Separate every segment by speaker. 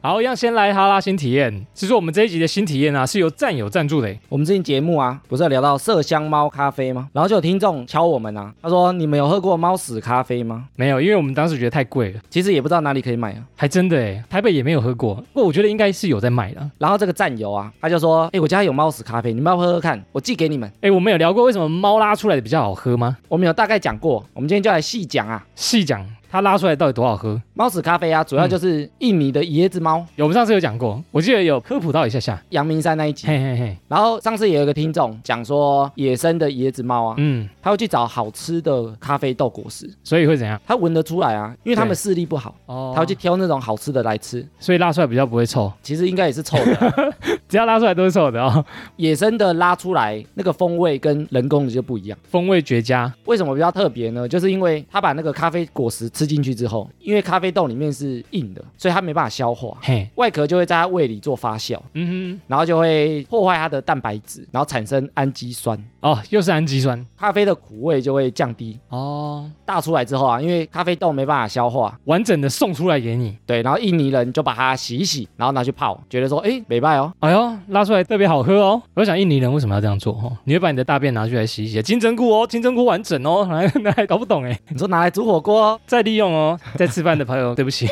Speaker 1: 好，一样先来哈拉新体验。其实我们这一集的新体验啊，是由战友赞助的欸。
Speaker 2: 我们之前节目啊，不是有聊到麝香猫咖啡吗？然后就有听众敲我们啊，他说你们有喝过猫屎咖啡吗？
Speaker 1: 没有，因为我们当时觉得太贵了，
Speaker 2: 其实也不知道哪里可以买啊。
Speaker 1: 还真的哎，台北也没有喝过。不过我觉得应该是有在卖的啊。
Speaker 2: 然后这个战友啊，他就说，哎、我家有猫屎咖啡，你们要不要喝喝看，我寄给你们。
Speaker 1: 哎，我们有聊过为什么猫拉出来的比较好喝吗？
Speaker 2: 我们有大概讲过，我们今天就来细讲啊。
Speaker 1: 细讲它拉出来到底多好喝？
Speaker 2: 猫屎咖啡啊，主要就是印尼的椰子猫，
Speaker 1: 有，我们上次有讲过，我记得有科普到一下下。
Speaker 2: 阳明山那一集。
Speaker 1: 嘿嘿嘿，
Speaker 2: 然后上次也有一个听众讲说，野生的椰子猫啊，
Speaker 1: 嗯，
Speaker 2: 他会去找好吃的咖啡豆果实，
Speaker 1: 所以会怎样？
Speaker 2: 他闻得出来啊，因为他们
Speaker 1: 对
Speaker 2: 视力不好，
Speaker 1: 哦
Speaker 2: 他会去挑那种好吃的来吃。
Speaker 1: 所以拉出来比较不会臭，
Speaker 2: 其实应该也是臭的啊、
Speaker 1: 只要拉出来都是臭的哦，
Speaker 2: 野生的拉出来那个风味跟人工的就不一样。
Speaker 1: 风味绝佳。
Speaker 2: 为什么比较特别呢？就是因为他把那个咖啡果实吃进去之后，因为咖啡豆里面是硬的，所以它没办法消化，
Speaker 1: 嘿，
Speaker 2: 外壳就会在它胃里做发酵，
Speaker 1: 嗯
Speaker 2: 然后就会破坏它的蛋白质，然后产生氨基酸，
Speaker 1: 哼，哦，又是氨基酸。
Speaker 2: 咖啡的苦味就会降低。
Speaker 1: 哦，
Speaker 2: 大出来之后啊，因为咖啡豆没办法消化，
Speaker 1: 完整的送出来给你。
Speaker 2: 对，然后印尼人就把它洗一洗，然后拿去泡，觉得说，哎，美败哦，
Speaker 1: 哎呦，拉出来特别好喝哦！我想印尼人为什么要这样做哦？你会把你的大便拿去来洗一洗，金针菇哦，金针菇完整哦， 拿来拿来搞不懂哎，
Speaker 2: 你说拿来煮火锅哦、
Speaker 1: 再利用哦。在吃饭的朋友，对不 起，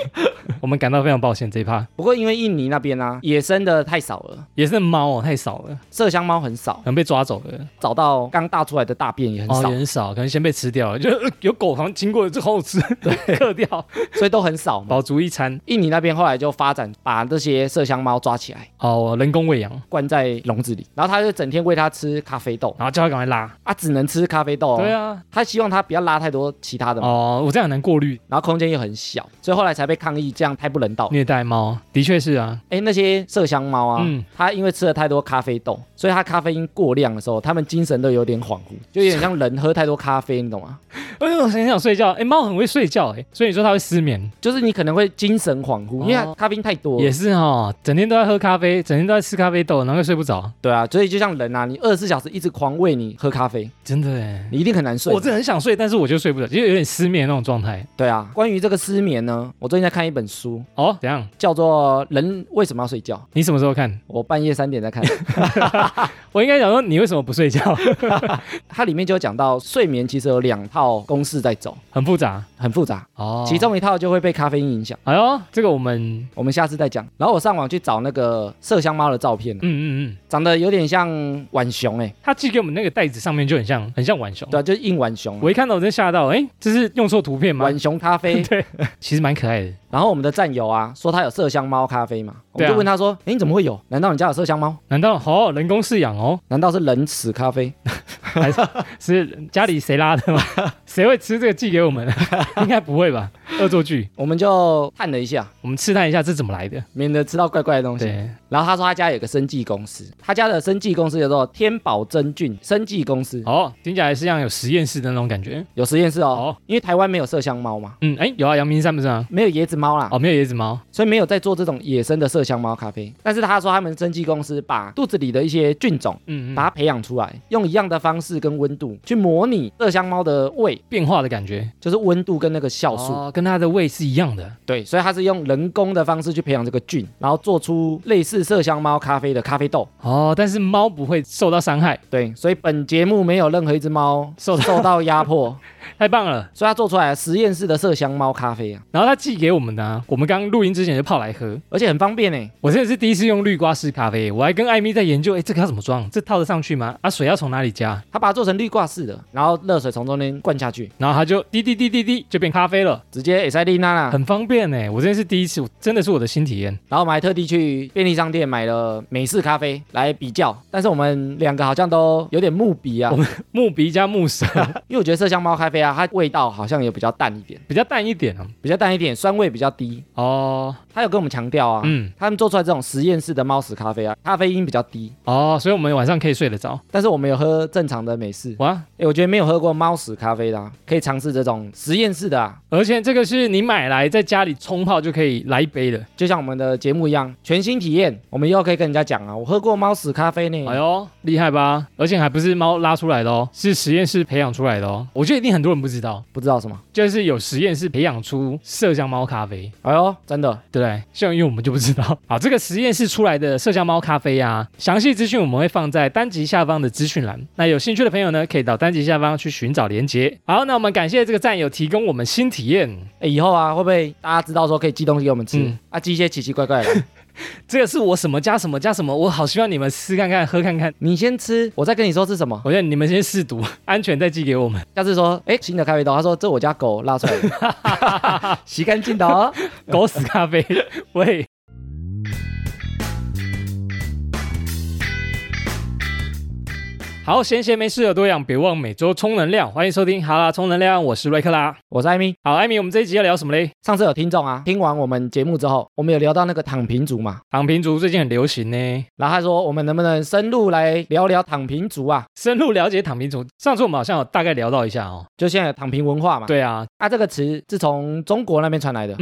Speaker 1: 我们感到非常抱歉这一趴。
Speaker 2: 不过因为印尼那边啊，野生的太少了，
Speaker 1: 也是猫哦，太少了，
Speaker 2: 麝香猫很少
Speaker 1: 可，能被抓走了，
Speaker 2: 找到刚大出来的大便也很
Speaker 1: 哦，
Speaker 2: 少，
Speaker 1: 也很少，可能先被吃掉了，就呃有狗好像经过了之后吃， 对，克掉，
Speaker 2: 所以都很少嘛。
Speaker 1: 饱足一餐。
Speaker 2: 印尼那边后来就发展把这些麝香猫抓起来，
Speaker 1: 哦，人工喂养，
Speaker 2: 关在笼子里，然后他就整天喂它吃咖啡豆
Speaker 1: 然后叫它赶快拉。
Speaker 2: 啊，只能吃咖啡豆、哦。
Speaker 1: 对，啊，
Speaker 2: 他希望它不要拉太多其他的嘛，
Speaker 1: 哦，我这样很难过滤
Speaker 2: 然后空间又很小，所以后来才被抗议，这样太不人道了。
Speaker 1: 虐待猫，的确是啊，
Speaker 2: 哎，那些麝香猫啊，
Speaker 1: 嗯
Speaker 2: 它因为吃了太多咖啡豆，所以它咖啡因过量的时候，它们精神都有点恍惚，就有点像人喝太多咖啡，你懂吗？
Speaker 1: 哎呦，很想睡觉，哎，猫很会睡觉，哎，所以你说它会失眠，
Speaker 2: 就是你可能会精神恍惚，因为它咖啡因太多了。
Speaker 1: 也是哦，整天都在喝咖啡，整天都在吃咖啡豆，然后又睡不着，
Speaker 2: 对啊，所以就像人啊，你二十四小时一直狂喂你喝咖啡，
Speaker 1: 真的哎，
Speaker 2: 你一定很难睡
Speaker 1: 我。真的很想睡，但是我就睡不着，就有点失眠那种状态。
Speaker 2: 对啊，关于这个失眠呢，我最近在看一本书，
Speaker 1: 哦，怎样？
Speaker 2: 叫做《人为什么要睡觉》。
Speaker 1: 你什么时候看？
Speaker 2: 我半夜三点 在看，
Speaker 1: 我应该想说你为什么不睡觉？
Speaker 2: 它里面就有讲到睡眠其实有两套公式在走，
Speaker 1: 很复杂
Speaker 2: 很复杂，
Speaker 1: 哦。
Speaker 2: 其中一套就会被咖啡因影响。
Speaker 1: 哎呦，这个我们，
Speaker 2: 我们下次再讲。然后我上网去找那个麝香猫的照片，
Speaker 1: 嗯嗯嗯，
Speaker 2: 长得有点像浣熊哎、
Speaker 1: 他寄给我们那个袋子上面就很像，很像浣熊。
Speaker 2: 对、啊，就是硬浣熊啊，
Speaker 1: 哦我一看到我真吓到，哎，这是用错图片吗？。
Speaker 2: 浣熊咖啡
Speaker 1: 其实蛮可爱的。
Speaker 2: 然后我们的战友啊，说他有麝香猫咖啡嘛，我
Speaker 1: 对
Speaker 2: 们
Speaker 1: 啊
Speaker 2: 就问他说，哎、你怎么会有？难道你家有麝香猫？
Speaker 1: 难道好、人工饲养哦？
Speaker 2: 难道是人屎咖啡？
Speaker 1: 是家里谁拉 的吗？谁会吃这个寄给我们？ 应该不会吧？恶作剧，
Speaker 2: 我们就探了一下，
Speaker 1: 我们试探一下这怎么来的。
Speaker 2: 免得吃到怪怪的东西。
Speaker 1: 对，
Speaker 2: 然后他说他家有个生技公司，他家的生技公司叫做天宝真菌生技公司，
Speaker 1: 哦，听起来是像有实验室的那种感觉。
Speaker 2: 有实验室哦。
Speaker 1: 哦，
Speaker 2: 因为台湾没有麝香猫嘛，
Speaker 1: 嗯，哎，有啊，阳明山不是啊？
Speaker 2: 没有椰子猫啦，
Speaker 1: 哦，没有椰子猫，
Speaker 2: 所以没有在做这种野生的麝香猫咖啡。但是他说他们生技公司把肚子里的一些菌种。
Speaker 1: 嗯，
Speaker 2: 把
Speaker 1: 嗯
Speaker 2: 它培养出来，用一样的方式跟温度去模拟麝香猫的胃，
Speaker 1: 变化的感觉，
Speaker 2: 就是温度跟那个酵素。
Speaker 1: 哦，跟它的胃是一样的。
Speaker 2: 对，所以它是用人工的方式去培养这个菌，然后做出类似麝香猫咖啡的咖啡豆。
Speaker 1: 哦，但是猫不会受到伤害，
Speaker 2: 对，所以本节目没有任何一只猫
Speaker 1: 受到
Speaker 2: 受到压迫，
Speaker 1: 太棒了。
Speaker 2: 所以它做出来的实验室的麝香猫咖啡啊，
Speaker 1: 然后它寄给我们的、啊，我们刚录音之前就泡来喝。
Speaker 2: 而且很方便欸呢。
Speaker 1: 我真的是第一次用绿瓜式咖啡，我还跟艾米在研究，哎，这个要怎么装？这套得上去吗？啊，水要从哪里加？
Speaker 2: 它把它做成绿挂式的，然后热水从中间灌下去，
Speaker 1: 然后它就滴滴滴滴滴就变咖啡了，
Speaker 2: 直接 S I D 娜娜。
Speaker 1: 很方便哎！我真的是第一次，我真的是我的新体验。
Speaker 2: 然后我们还特地去便利商店买了美式咖啡来比较，但是我们两个好像都有点木鼻啊
Speaker 1: 我，木鼻加木舌
Speaker 2: 因为我觉得麝香猫咖啡啊，它味道好像也比较淡一点，
Speaker 1: 比较淡一点啊。
Speaker 2: 比较淡一点，酸味比较低。
Speaker 1: 哦，
Speaker 2: 他有跟我们强调啊，
Speaker 1: 嗯，
Speaker 2: 他们做出来这种实验室的猫屎咖啡啊，咖啡因比较低，
Speaker 1: 哦，所以我们晚上可以睡得着。
Speaker 2: 但是我们有喝正常的美式。
Speaker 1: 哇，
Speaker 2: 哎，我觉得没有喝过猫屎咖啡的、啊，可以尝试这种实验室的啊，
Speaker 1: 而且这个是你买来在家里冲泡就可以来一杯的。
Speaker 2: 就像我们的节目一样，全新体验。我们以后可以跟人家讲啊，我喝过猫屎咖啡
Speaker 1: 哎
Speaker 2: 呢。
Speaker 1: 哎呦，厉害吧？而且还不是猫拉出来的哦，是实验室培养出来的哦。我觉得一定很很多人不知道，
Speaker 2: 不知道什么。
Speaker 1: 就是有实验室培养出麝香猫咖啡，
Speaker 2: 哎呦，真的，
Speaker 1: 对不对？像因为我们就不知道， 好，这个实验室出来的麝香猫咖啡啊，详细资讯我们会放在单集下方的资讯栏。那有兴趣的朋友呢，可以到单集下方去寻找连接。好，那我们感谢这个战友提供我们新体验，
Speaker 2: 哎，以后啊，会不会大家知道说可以寄东西给我们吃、
Speaker 1: 嗯
Speaker 2: 啊？寄一些奇奇怪怪的来，
Speaker 1: 这个是我什么加什么加什么，我好希望你们试看看、喝看看。
Speaker 2: 你先吃，我再跟你说是什么。
Speaker 1: 我觉得你们先试毒， 安全再寄给我们。
Speaker 2: 下次说，哎，新的咖啡豆，他说这我家狗拉出来的，洗干净的哦。
Speaker 1: 狗屎咖啡， 喂。好，闲闲没事有多养，别忘每周充能量。欢迎收听《哈拉充能量》，我是瑞克拉。
Speaker 2: 我是艾米，
Speaker 1: 好，艾米，我们这一集要聊什么嘞？
Speaker 2: 上次有听众啊，听完我们节目之后，我们有聊到那个躺平族嘛，
Speaker 1: 躺平族最近很流行呢，
Speaker 2: 然后他说我们能不能深入来聊聊躺平族啊？
Speaker 1: 深入了解躺平族。上次我们好像有大概聊到一下哦。
Speaker 2: 就现在有躺平文化嘛。
Speaker 1: 对啊，
Speaker 2: 啊，这个词是从中国那边传来的。
Speaker 1: 嗯嗯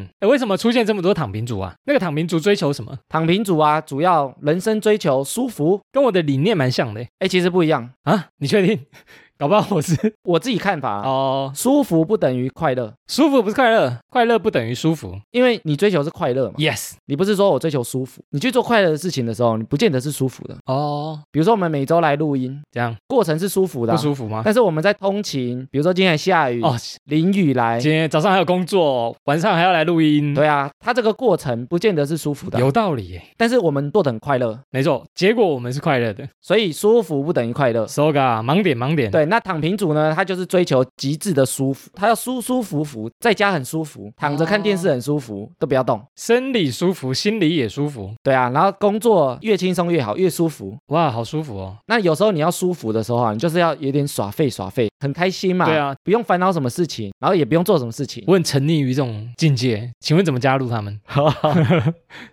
Speaker 1: 嗯。哎，为什么出现这么多躺平族啊？那个躺平族追求什么？
Speaker 2: 躺平族啊，主要人生追求舒服。
Speaker 1: 跟我的理念蛮像的
Speaker 2: 哎，其实不一样，
Speaker 1: 啊。你确定？ 搞不好我是
Speaker 2: 我自己看法啊，
Speaker 1: 哦，
Speaker 2: 舒服不等于快乐，
Speaker 1: 舒服不是快乐，快乐不等于舒服。
Speaker 2: 因为你追求是快乐嘛。
Speaker 1: Yes。
Speaker 2: 你不是说我追求舒服，你去做快乐的事情的时候，你不见得是舒服的。
Speaker 1: 哦，
Speaker 2: 比如说我们每周来录音，
Speaker 1: 这样
Speaker 2: 过程是舒服的
Speaker 1: 不
Speaker 2: 啊、
Speaker 1: 舒服吗？
Speaker 2: 但是我们在通勤，比如说今天下雨，
Speaker 1: 哦，
Speaker 2: 淋雨来，
Speaker 1: 今天早上还有工作，晚上还要来录音，
Speaker 2: 哎对啊，它这个过程不见得是舒服的啊，
Speaker 1: 有道理耶，
Speaker 2: 但是我们做的很快乐，
Speaker 1: 没错。结果我们是快乐的
Speaker 2: 所以舒服不等于快乐。
Speaker 1: ，soga 盲点盲点，
Speaker 2: 对，那躺平族呢，他就是追求极致的舒服，他要舒舒服服，在家很舒服，躺着看电
Speaker 1: 哦
Speaker 2: 视很舒服，都不要动。
Speaker 1: 生理舒服，心里也舒服，
Speaker 2: 对啊，然后工作越轻松越好，越舒服。
Speaker 1: 哇，好舒服哦。
Speaker 2: 那有时候你要舒服的时候啊，你就是要有点耍废耍废，很开心嘛。
Speaker 1: 对，啊，
Speaker 2: 不用烦恼什么事情，然后也不用做什么事情。
Speaker 1: 我很沉溺于这种境界，请问怎么加入他们？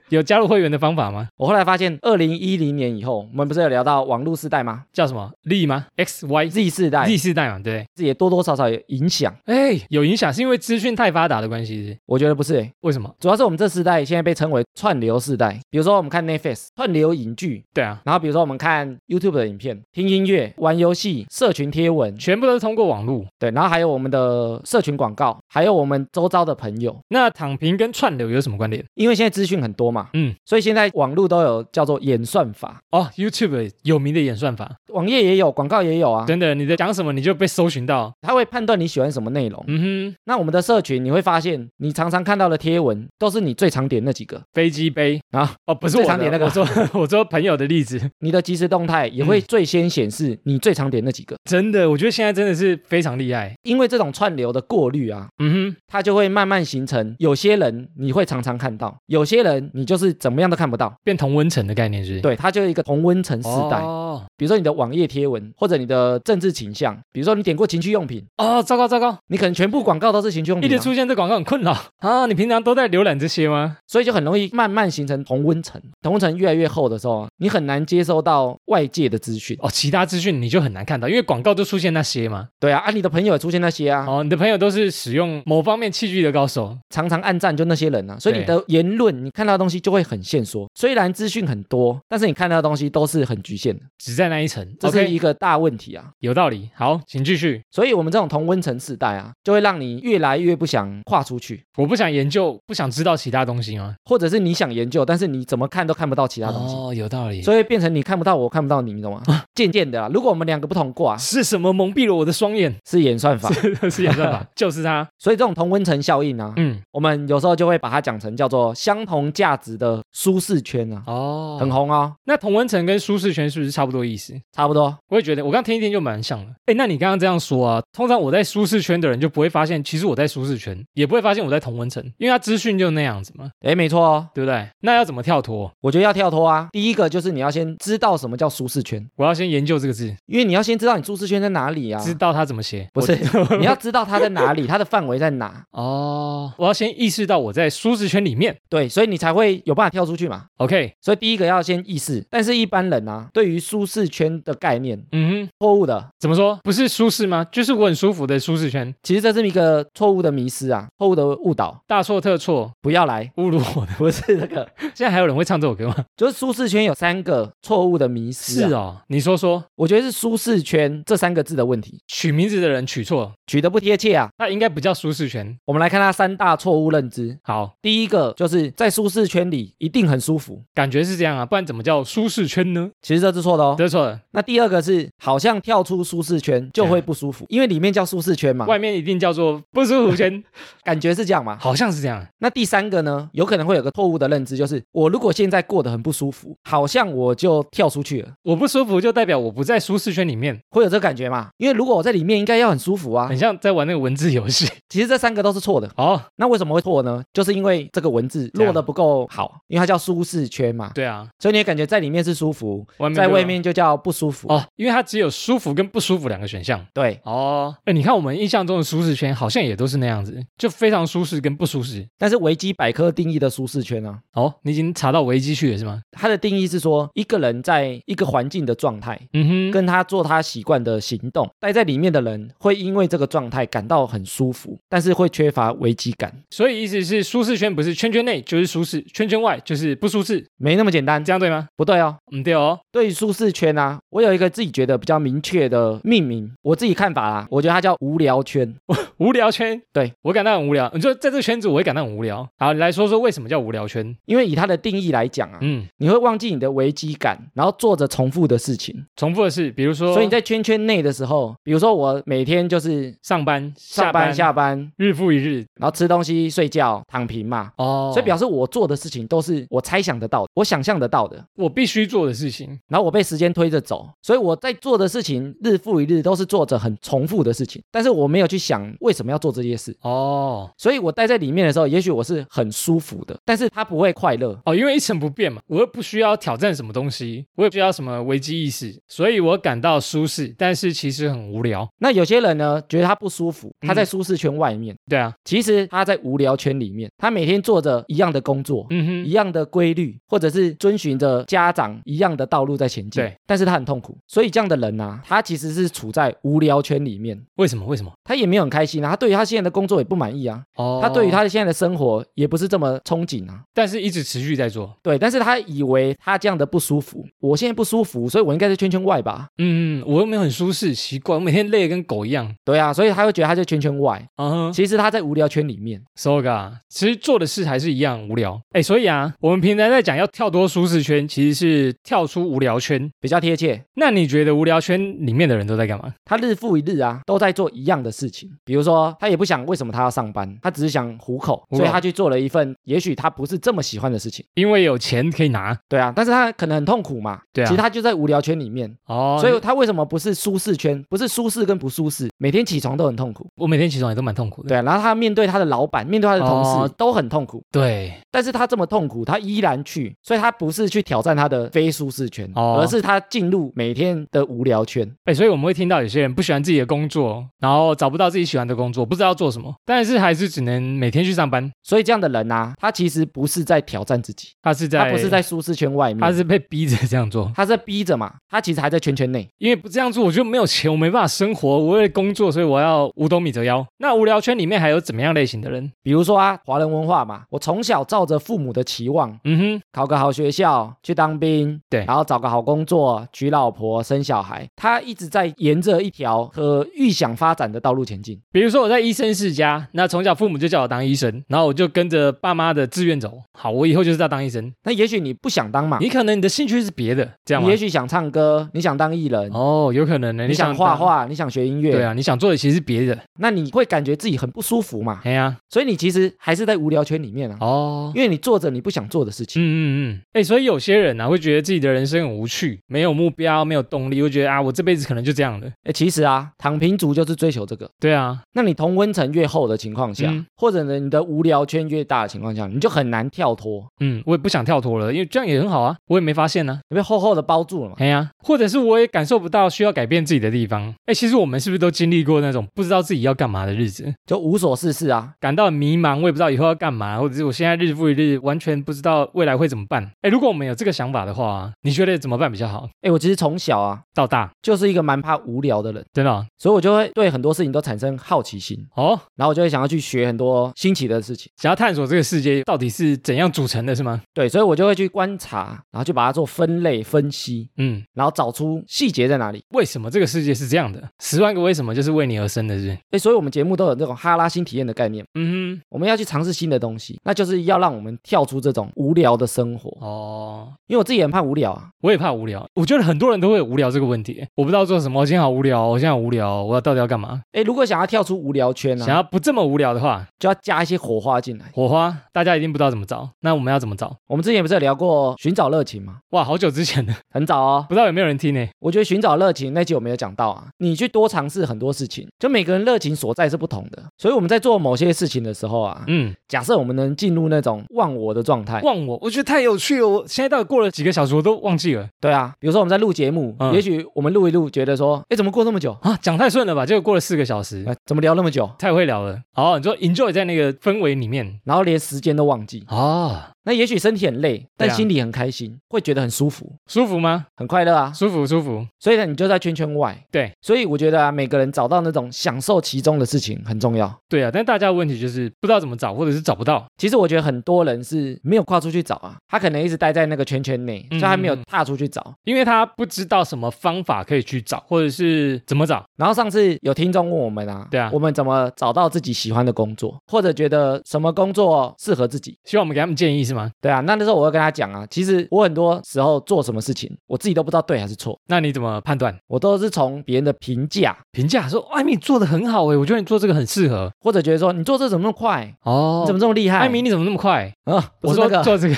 Speaker 1: 有加入会员的方法吗？
Speaker 2: 我后来发现，二零一零年以后，我们不是有聊到网络世代吗
Speaker 1: 叫什么力吗？X Y
Speaker 2: ？Z 世代
Speaker 1: 哎 Z 世代嘛，对。
Speaker 2: 也多多少少有影响。
Speaker 1: 哎，有影响是因为资讯太发达的关系，是不是
Speaker 2: 我觉得不是、欸，
Speaker 1: 为什么？
Speaker 2: 主要是我们这世代现在被称为串流世代。比如说我们看 Netflix 串流影剧，
Speaker 1: 对啊，
Speaker 2: 然后比如说我们看 YouTube 的影片、听音乐、玩游戏、社群贴文，
Speaker 1: 全部都是通过网络。
Speaker 2: 对，然后还有我们的社群广告，还有我们周遭的朋友，
Speaker 1: 那躺平跟串流有什么关联？
Speaker 2: 因为现在资讯很多嘛，
Speaker 1: 嗯，
Speaker 2: 所以现在网络都有叫做演算法，
Speaker 1: 哦，YouTube 有名的演算法，
Speaker 2: 网页也有，广告也有啊，
Speaker 1: 真的，你在讲什么，你就被搜寻到。
Speaker 2: 它会判断你喜欢什么内容。
Speaker 1: 嗯哼，
Speaker 2: 那我们的社群你会发现，你常常看到的贴文都是你最常点那几个，
Speaker 1: 飞机杯
Speaker 2: 啊，
Speaker 1: 哦，不是我
Speaker 2: 最常
Speaker 1: 的
Speaker 2: 点那个
Speaker 1: 我说 我说朋友的例子，
Speaker 2: 你的即时动态也会最先显示你最常点那几个，
Speaker 1: 真的，我觉得现在真的是非常厉害。
Speaker 2: 因为这种串流的过滤啊，
Speaker 1: 嗯哼，
Speaker 2: 它就会慢慢形成，有些人你会常常看到，有些人你就是怎么样都看不到。
Speaker 1: 变同温层的概念是不是？
Speaker 2: 对，它就是一个同温层世代。
Speaker 1: 哦
Speaker 2: 比如说你的网页贴文，或者你的政治倾向，比如说你点过情趣用品，
Speaker 1: 哦，糟糕糟糕，
Speaker 2: 你可能全部广告都是情趣用
Speaker 1: 一
Speaker 2: 品、
Speaker 1: 直
Speaker 2: 啊，
Speaker 1: 出现这广告很困扰啊！你平常都在浏览这些吗？
Speaker 2: 所以就很容易慢慢形成同温层。同温层越来越厚的时候啊，你很难接收到外界的资讯。
Speaker 1: 哦，其他资讯你就很难看到，因为广告就出现那些嘛。
Speaker 2: 对啊，啊，你的朋友也出现那些啊，
Speaker 1: 哦，你的朋友都是使用某方面器具的高手，
Speaker 2: 常常暗赞就那些人啊，所以你的言论你看到的东西就会很限缩。虽然资讯很多，但是你看到的东西都是很局限的，
Speaker 1: 只在那一层。
Speaker 2: 这是
Speaker 1: OK，
Speaker 2: 一个大问题啊。
Speaker 1: 有道理。好，请继续。
Speaker 2: 所以，我们这种同温层世代啊，就会让你越来越不想跨出去，
Speaker 1: 我不想研究，不想知道其他东西吗？
Speaker 2: 或者是你想研究，但是你怎么看都看不到其他东西，
Speaker 1: 哦，有道理。
Speaker 2: 所以变成你看不到我，看不到你，你懂吗？渐渐的啊，如果我们两个不同卦，
Speaker 1: 是什么蒙蔽了我的双眼？
Speaker 2: 是演算法，
Speaker 1: 是演 算法，就是它。
Speaker 2: 所以这种同温层效应啊，
Speaker 1: 嗯，
Speaker 2: 我们有时候就会把它讲成叫做相同价值的舒适圈啊，
Speaker 1: 哦
Speaker 2: 很。红哦，
Speaker 1: 那同温层跟舒适圈是不是差不多意思？
Speaker 2: 差不多。
Speaker 1: 我也觉得，我刚听一听就蛮像了。哎，那你刚刚这样说啊，通常我在舒适圈的人就不会发现，其实我在舒适圈，也不会发现我在同温层，因为他资讯就那样子嘛，
Speaker 2: 诶，没错哦，
Speaker 1: 对不对？那要怎么跳脱？
Speaker 2: 我觉得要跳脱啊。第一个就是你要先知道什么叫舒适圈，
Speaker 1: 我要先研究这个字，
Speaker 2: 因为你要先知道你舒适圈在哪里啊。
Speaker 1: 知道它怎么写。
Speaker 2: 不
Speaker 1: 我
Speaker 2: 是，你要知道它在哪里，它的范围在哪。
Speaker 1: 哦，我要先意识到我在舒适圈里面。
Speaker 2: 对，所以你才会会有办法跳出去嘛。
Speaker 1: OK，
Speaker 2: 所以第一个要先意识，但是一般人啊，对于舒适圈的概念
Speaker 1: 嗯哼，
Speaker 2: 错误的，
Speaker 1: 怎么说？不是舒适吗？就是我很舒服的舒适圈，
Speaker 2: 其实这是一个错误的迷失啊，错误的误导，
Speaker 1: 大错特错，
Speaker 2: 不要来，
Speaker 1: 侮辱我的。
Speaker 2: 不是这个，
Speaker 1: 现在还有人会唱这首歌吗？
Speaker 2: 就是舒适圈有三个错误的迷失、
Speaker 1: 是
Speaker 2: 啊，
Speaker 1: 哦，你说说，
Speaker 2: 我觉得是舒适圈这三个字的问题，
Speaker 1: 取名字的人取错，
Speaker 2: 取得不贴切啊。
Speaker 1: 那应该不叫舒适圈。
Speaker 2: 我们来看它三大错误认知，
Speaker 1: 好，
Speaker 2: 第一个就是在舒适圈里一定很舒服，
Speaker 1: 感觉是这样啊，不然怎么叫舒适圈呢？
Speaker 2: 其实这是错的哦。
Speaker 1: 得错了，
Speaker 2: 那第二个是好像跳出舒适圈就会不舒服，因为里面叫舒适圈嘛，
Speaker 1: 嗯外面一定叫做不舒服
Speaker 2: 啊
Speaker 1: 圈，
Speaker 2: 感觉是这样嘛。
Speaker 1: 好像是这样。
Speaker 2: 那第三个呢，有可能会有个错误的认知，就是我如果现在过得很不舒服，好像我就跳出去了，
Speaker 1: 我不舒服就代表我不在舒适圈里面，
Speaker 2: 会有这个感觉嘛？因为如果我在里面，应该要很舒服啊
Speaker 1: 很。像在玩那个文字游戏。
Speaker 2: 其实这三个都是错的。
Speaker 1: 哦，
Speaker 2: 那为什么会错呢？就是因为这个文字
Speaker 1: 这样
Speaker 2: 落得不够好，因为它叫舒适圈嘛，
Speaker 1: 对啊，
Speaker 2: 所以你也感觉在里面是舒服，
Speaker 1: 外面
Speaker 2: 在
Speaker 1: 就
Speaker 2: 外面就叫不舒服。
Speaker 1: 哦，因为它只有舒服跟不舒服两个选项。
Speaker 2: 对，
Speaker 1: 哦，哎，你看我们印象中的舒适圈好像也都是那样子，就非常舒适跟不舒适。
Speaker 2: 但是维基百科定义的舒适圈啊，
Speaker 1: 哦，你已经查到危机去了是吗？
Speaker 2: 它的定义是说一个人在一个环境的状态，
Speaker 1: 嗯哼，
Speaker 2: 跟他做他习惯的行动，待在里面的人会因为这个状态感到很舒服，但是会缺乏危机感，
Speaker 1: 所以意思是舒适圈不是圈圈内就是舒适，圈圈外就是不舒适，
Speaker 2: 没那么简单，
Speaker 1: 这样对吗？
Speaker 2: 不对哦。
Speaker 1: 嗯，对哦，
Speaker 2: 对于舒适圈啊，我有一个自己觉得比较明确的命名，我自己看法啦，我觉得它叫无聊圈。
Speaker 1: 无聊圈，
Speaker 2: 对
Speaker 1: 我感到很无聊。你说在这个圈子，我也感到很无聊。好，你来说说为什么叫无聊圈？
Speaker 2: 因为以它的定义来讲啊，
Speaker 1: 嗯，
Speaker 2: 你会忘记你的危机感，然后做着重复的事情。
Speaker 1: 重复的是，比如说，
Speaker 2: 所以你在圈圈内的时候，比如说我每天就是
Speaker 1: 上班、
Speaker 2: 上班、
Speaker 1: 下
Speaker 2: 下班，
Speaker 1: 日复一日
Speaker 2: 然后吃东西、睡觉、躺平嘛，
Speaker 1: 哦
Speaker 2: 所以表示我做的事情都是我猜想得到、我想象得到的。
Speaker 1: 我必须做的事情。
Speaker 2: 然后我被时间推着走，所以我在做的事情日复一日都是做着很重复的事情，但是我没有去想为什么要做这些事，
Speaker 1: 哦
Speaker 2: 所以我待在里面的时候，也许我是很舒服的，但是它不会快乐。
Speaker 1: 哦，因为一成不变嘛，我又不需要挑战什么东西，我也不需要什么危机意识，所以我感到舒适，但是其实很无聊。
Speaker 2: 那有些人呢，觉得他不舒服，
Speaker 1: 嗯
Speaker 2: 他在舒适圈外面，
Speaker 1: 对啊，
Speaker 2: 其实他在无聊圈里面，他每天做着一样的工作。
Speaker 1: 嗯
Speaker 2: 一
Speaker 1: 哼，
Speaker 2: 样的规律，或者是遵循着家长一样的道路在前进
Speaker 1: 对，
Speaker 2: 但是他很痛苦，所以这样的人啊，他其实是处在无聊圈里面，
Speaker 1: 为什么？为什么？
Speaker 2: 他也没有很开心啊，他对于他现在的工作也不满意啊，
Speaker 1: 哦
Speaker 2: 他对于他现在的生活也不是这么憧憬啊。
Speaker 1: 但是一直持续在做。
Speaker 2: 对，但是他以为他这样的不舒服，我现在不舒服，所以我应该在圈圈外吧？
Speaker 1: 嗯，我又没有很舒适，奇怪，我每天累得跟狗一样。
Speaker 2: 对啊，所以他会觉得他在圈圈外，
Speaker 1: 嗯哼
Speaker 2: 其实他在无聊圈里面。
Speaker 1: ，so ga，其实做的事还是一样无聊。哎，所以啊，我们平常在讲要跳脱舒适圈，其实是跳出无聊圈。
Speaker 2: 比较贴切。
Speaker 1: 那你觉得无聊圈里面的人都在干嘛？
Speaker 2: 他日复一日啊，都在做一样的事情。比如说，他也不想为什么他要上班，他只是想糊口，
Speaker 1: 糊口
Speaker 2: 所以他去做了一份也许他不是这么喜欢的事情。
Speaker 1: 因为有钱可以拿
Speaker 2: 对啊，但是他可能很痛苦嘛。
Speaker 1: 对啊
Speaker 2: 其实他就在无聊圈里面，
Speaker 1: 哦，
Speaker 2: 所以他为什么不是舒适圈？不是舒适跟不舒适，每天起床都很痛苦。
Speaker 1: 我每天起床也都蛮痛苦的。
Speaker 2: 对啊，然后他面对他的老板，面对他的同事、
Speaker 1: 哦
Speaker 2: 都很痛苦。
Speaker 1: 对，
Speaker 2: 但是他这么痛苦，他依然去，所以他不是去挑战他的非舒适圈，
Speaker 1: 哦
Speaker 2: 而是他进入每天的无聊圈。
Speaker 1: 哎、所以我们会听到有些人不喜欢自己的工作，然后找不到自己喜欢的工作，不知道做什么，但是还是只能每天去上班。
Speaker 2: 所以这样的人啊，他其实不是在挑战自己，
Speaker 1: 他是在，
Speaker 2: 他不是在，舒适圈外面，
Speaker 1: 他是被逼着这样做，
Speaker 2: 他在逼着嘛，他其实还在圈圈内。
Speaker 1: 因为不这样做我就没有钱，我没办法生活，我为了工作，所以我要五斗米折腰。那无聊圈里面还有怎么样类型的人？
Speaker 2: 比如说啊，华人文化嘛，我从小照着父母的期望，
Speaker 1: 嗯哼，
Speaker 2: 考个好学校，去当兵，
Speaker 1: 对
Speaker 2: 然后找个好工作，娶老婆，生小孩，他一直在沿着一条和预想发展的道路前进。
Speaker 1: 比如说我在医生世家，那从小父母就叫我当医生，然后我就跟着爸妈的志愿走。好，我以后就是要当医生。
Speaker 2: 那也许你不想当嘛，
Speaker 1: 你可能你的兴趣是别的，这样
Speaker 2: 你
Speaker 1: 吗
Speaker 2: 也？许想唱歌，你想当艺人，
Speaker 1: 哦，有可能呢。
Speaker 2: 你想画
Speaker 1: 当，
Speaker 2: 画，你想学音乐，
Speaker 1: 对啊，你想做的其实是别的。
Speaker 2: 那你会感觉自己很不舒服嘛？
Speaker 1: 哎呀、
Speaker 2: 所以你其实还是在无聊圈里面啊，
Speaker 1: 哦，
Speaker 2: 因为你做着你不想做的事情。
Speaker 1: 嗯嗯嗯，哎、所以有些人啊，会觉得自己的人生很无趣，没有目标，没有动力，会觉得啊，我这辈子可能就这样了。
Speaker 2: 哎、其实啊，躺平族就是追求这个。
Speaker 1: 对啊，
Speaker 2: 那你同温层越厚的情况下，
Speaker 1: 嗯
Speaker 2: 或者呢你的无聊圈越大的情况下，你就很难跳脱，
Speaker 1: 嗯，我也不想跳脱了，因为这样也很好啊，我也没发现呢、
Speaker 2: 你被厚厚的包住了嘛
Speaker 1: 啊。。哎呀、或者是我也感受不到需要改变自己的地方。哎、其实我们是不是都经历过那种不知道自己要干嘛的日子，
Speaker 2: 就无所事事啊。
Speaker 1: 感到很迷茫，我也不知道以后要干嘛，或者是我现在日复一日，完全不知道未来会怎么办。哎，如果我们有这个想法的话，啊你觉得怎么办比较好？
Speaker 2: 哎，我其实从小啊，
Speaker 1: 到大，
Speaker 2: 就是一个蛮怕无聊的人，
Speaker 1: 真的哦
Speaker 2: 所以我就会对很多事情都产生好奇心，
Speaker 1: 哦，
Speaker 2: 然后我就会想要去学很多新奇的事情。
Speaker 1: 想要探索这个世界到底是怎样组成的，是吗？
Speaker 2: 对，所以我就会去观察，然后去把它做分类分析，
Speaker 1: 嗯，
Speaker 2: 然后找出细节在哪里。
Speaker 1: 为什么这个世界是这样的？十万个为什么就是为你而生的，是不是？
Speaker 2: 哎，所以我们节目都有这种哈拉新体验的概念，
Speaker 1: 嗯
Speaker 2: 我们要去尝试新的东西，那就是要让我们跳出这种无聊的生
Speaker 1: 哼，
Speaker 2: 活。
Speaker 1: 哦。
Speaker 2: 因为我自己也很怕无聊啊，
Speaker 1: 我也怕无聊，我觉得很多人都会有无聊这个问题。我不知道做什么，我今天好无聊哦，我现在好无聊哦，我要到底要干嘛？
Speaker 2: 哎，如果想要跳出无聊圈
Speaker 1: 想
Speaker 2: 啊，
Speaker 1: 要不这么无聊的话，
Speaker 2: 就要加一些火花进来。
Speaker 1: 火花大家一定不知道怎么找，那我们要怎么找？
Speaker 2: 我们之前不是有聊过寻找热情吗？
Speaker 1: 哇，好久之前的，
Speaker 2: 很早哦，
Speaker 1: 不知道有没有人听呢？
Speaker 2: 我觉得寻找热情那集我没有讲到啊，你去多尝试很多事情，就每个人热情所在是不同的，所以我们在做某些事情的时候啊，
Speaker 1: 嗯，
Speaker 2: 假设我们能进入那种忘我的状态，
Speaker 1: 忘我，我觉得太有趣了。我现在到底过了几个小时，我都忘记了
Speaker 2: 对啊，比如说我们在录节目，
Speaker 1: 嗯
Speaker 2: 也许我们录一录，觉得说，哎，怎么过这么久？
Speaker 1: 啊！讲太顺了吧？结果过了四个小时，
Speaker 2: 哎，怎么聊那么久？
Speaker 1: 太会聊了。哦，你说 enjoy 在那个氛围里面
Speaker 2: 然后连时间都忘记，
Speaker 1: 哦，
Speaker 2: 那也许身体很累，但
Speaker 1: 对啊
Speaker 2: 心里很开心，会觉得很舒服，
Speaker 1: 舒服吗？
Speaker 2: 很快乐啊。
Speaker 1: 舒服，舒服。
Speaker 2: 所以呢，你就在圈圈外。
Speaker 1: 嗯对，
Speaker 2: 所以我觉得啊，每个人找到那种享受其中的事情很重要。
Speaker 1: 对啊，但大家的问题就是不知道怎么找，或者是找不到。
Speaker 2: 其实我觉得很多人是没有跨出去找啊，他可能一直待在那个圈圈内，
Speaker 1: 嗯
Speaker 2: 所以他没有踏出去找。
Speaker 1: 因为他不知道什么方法可以去找，或者是怎么找。
Speaker 2: 然后上次有听众问我们啊，
Speaker 1: 对啊
Speaker 2: 我们怎么找到自己喜欢的工作，或者觉得什么工作适合自己？
Speaker 1: 希望我们给他们建议是吗？
Speaker 2: 对啊，那那时候我会跟他讲啊，其实我很多时候做什么事情，我自己都不知道对还是错，
Speaker 1: 那你怎么判断？
Speaker 2: 我都是从别人的评价，
Speaker 1: 评价说，艾米做的很好欸诶，我觉得你做这个很适合
Speaker 2: 或者觉得说你做这怎么那么快，
Speaker 1: 哦
Speaker 2: 你怎么这么厉害？
Speaker 1: 艾米你怎么那么快？
Speaker 2: 啊，不
Speaker 1: 我
Speaker 2: 是
Speaker 1: 说
Speaker 2: 那个，
Speaker 1: 做这个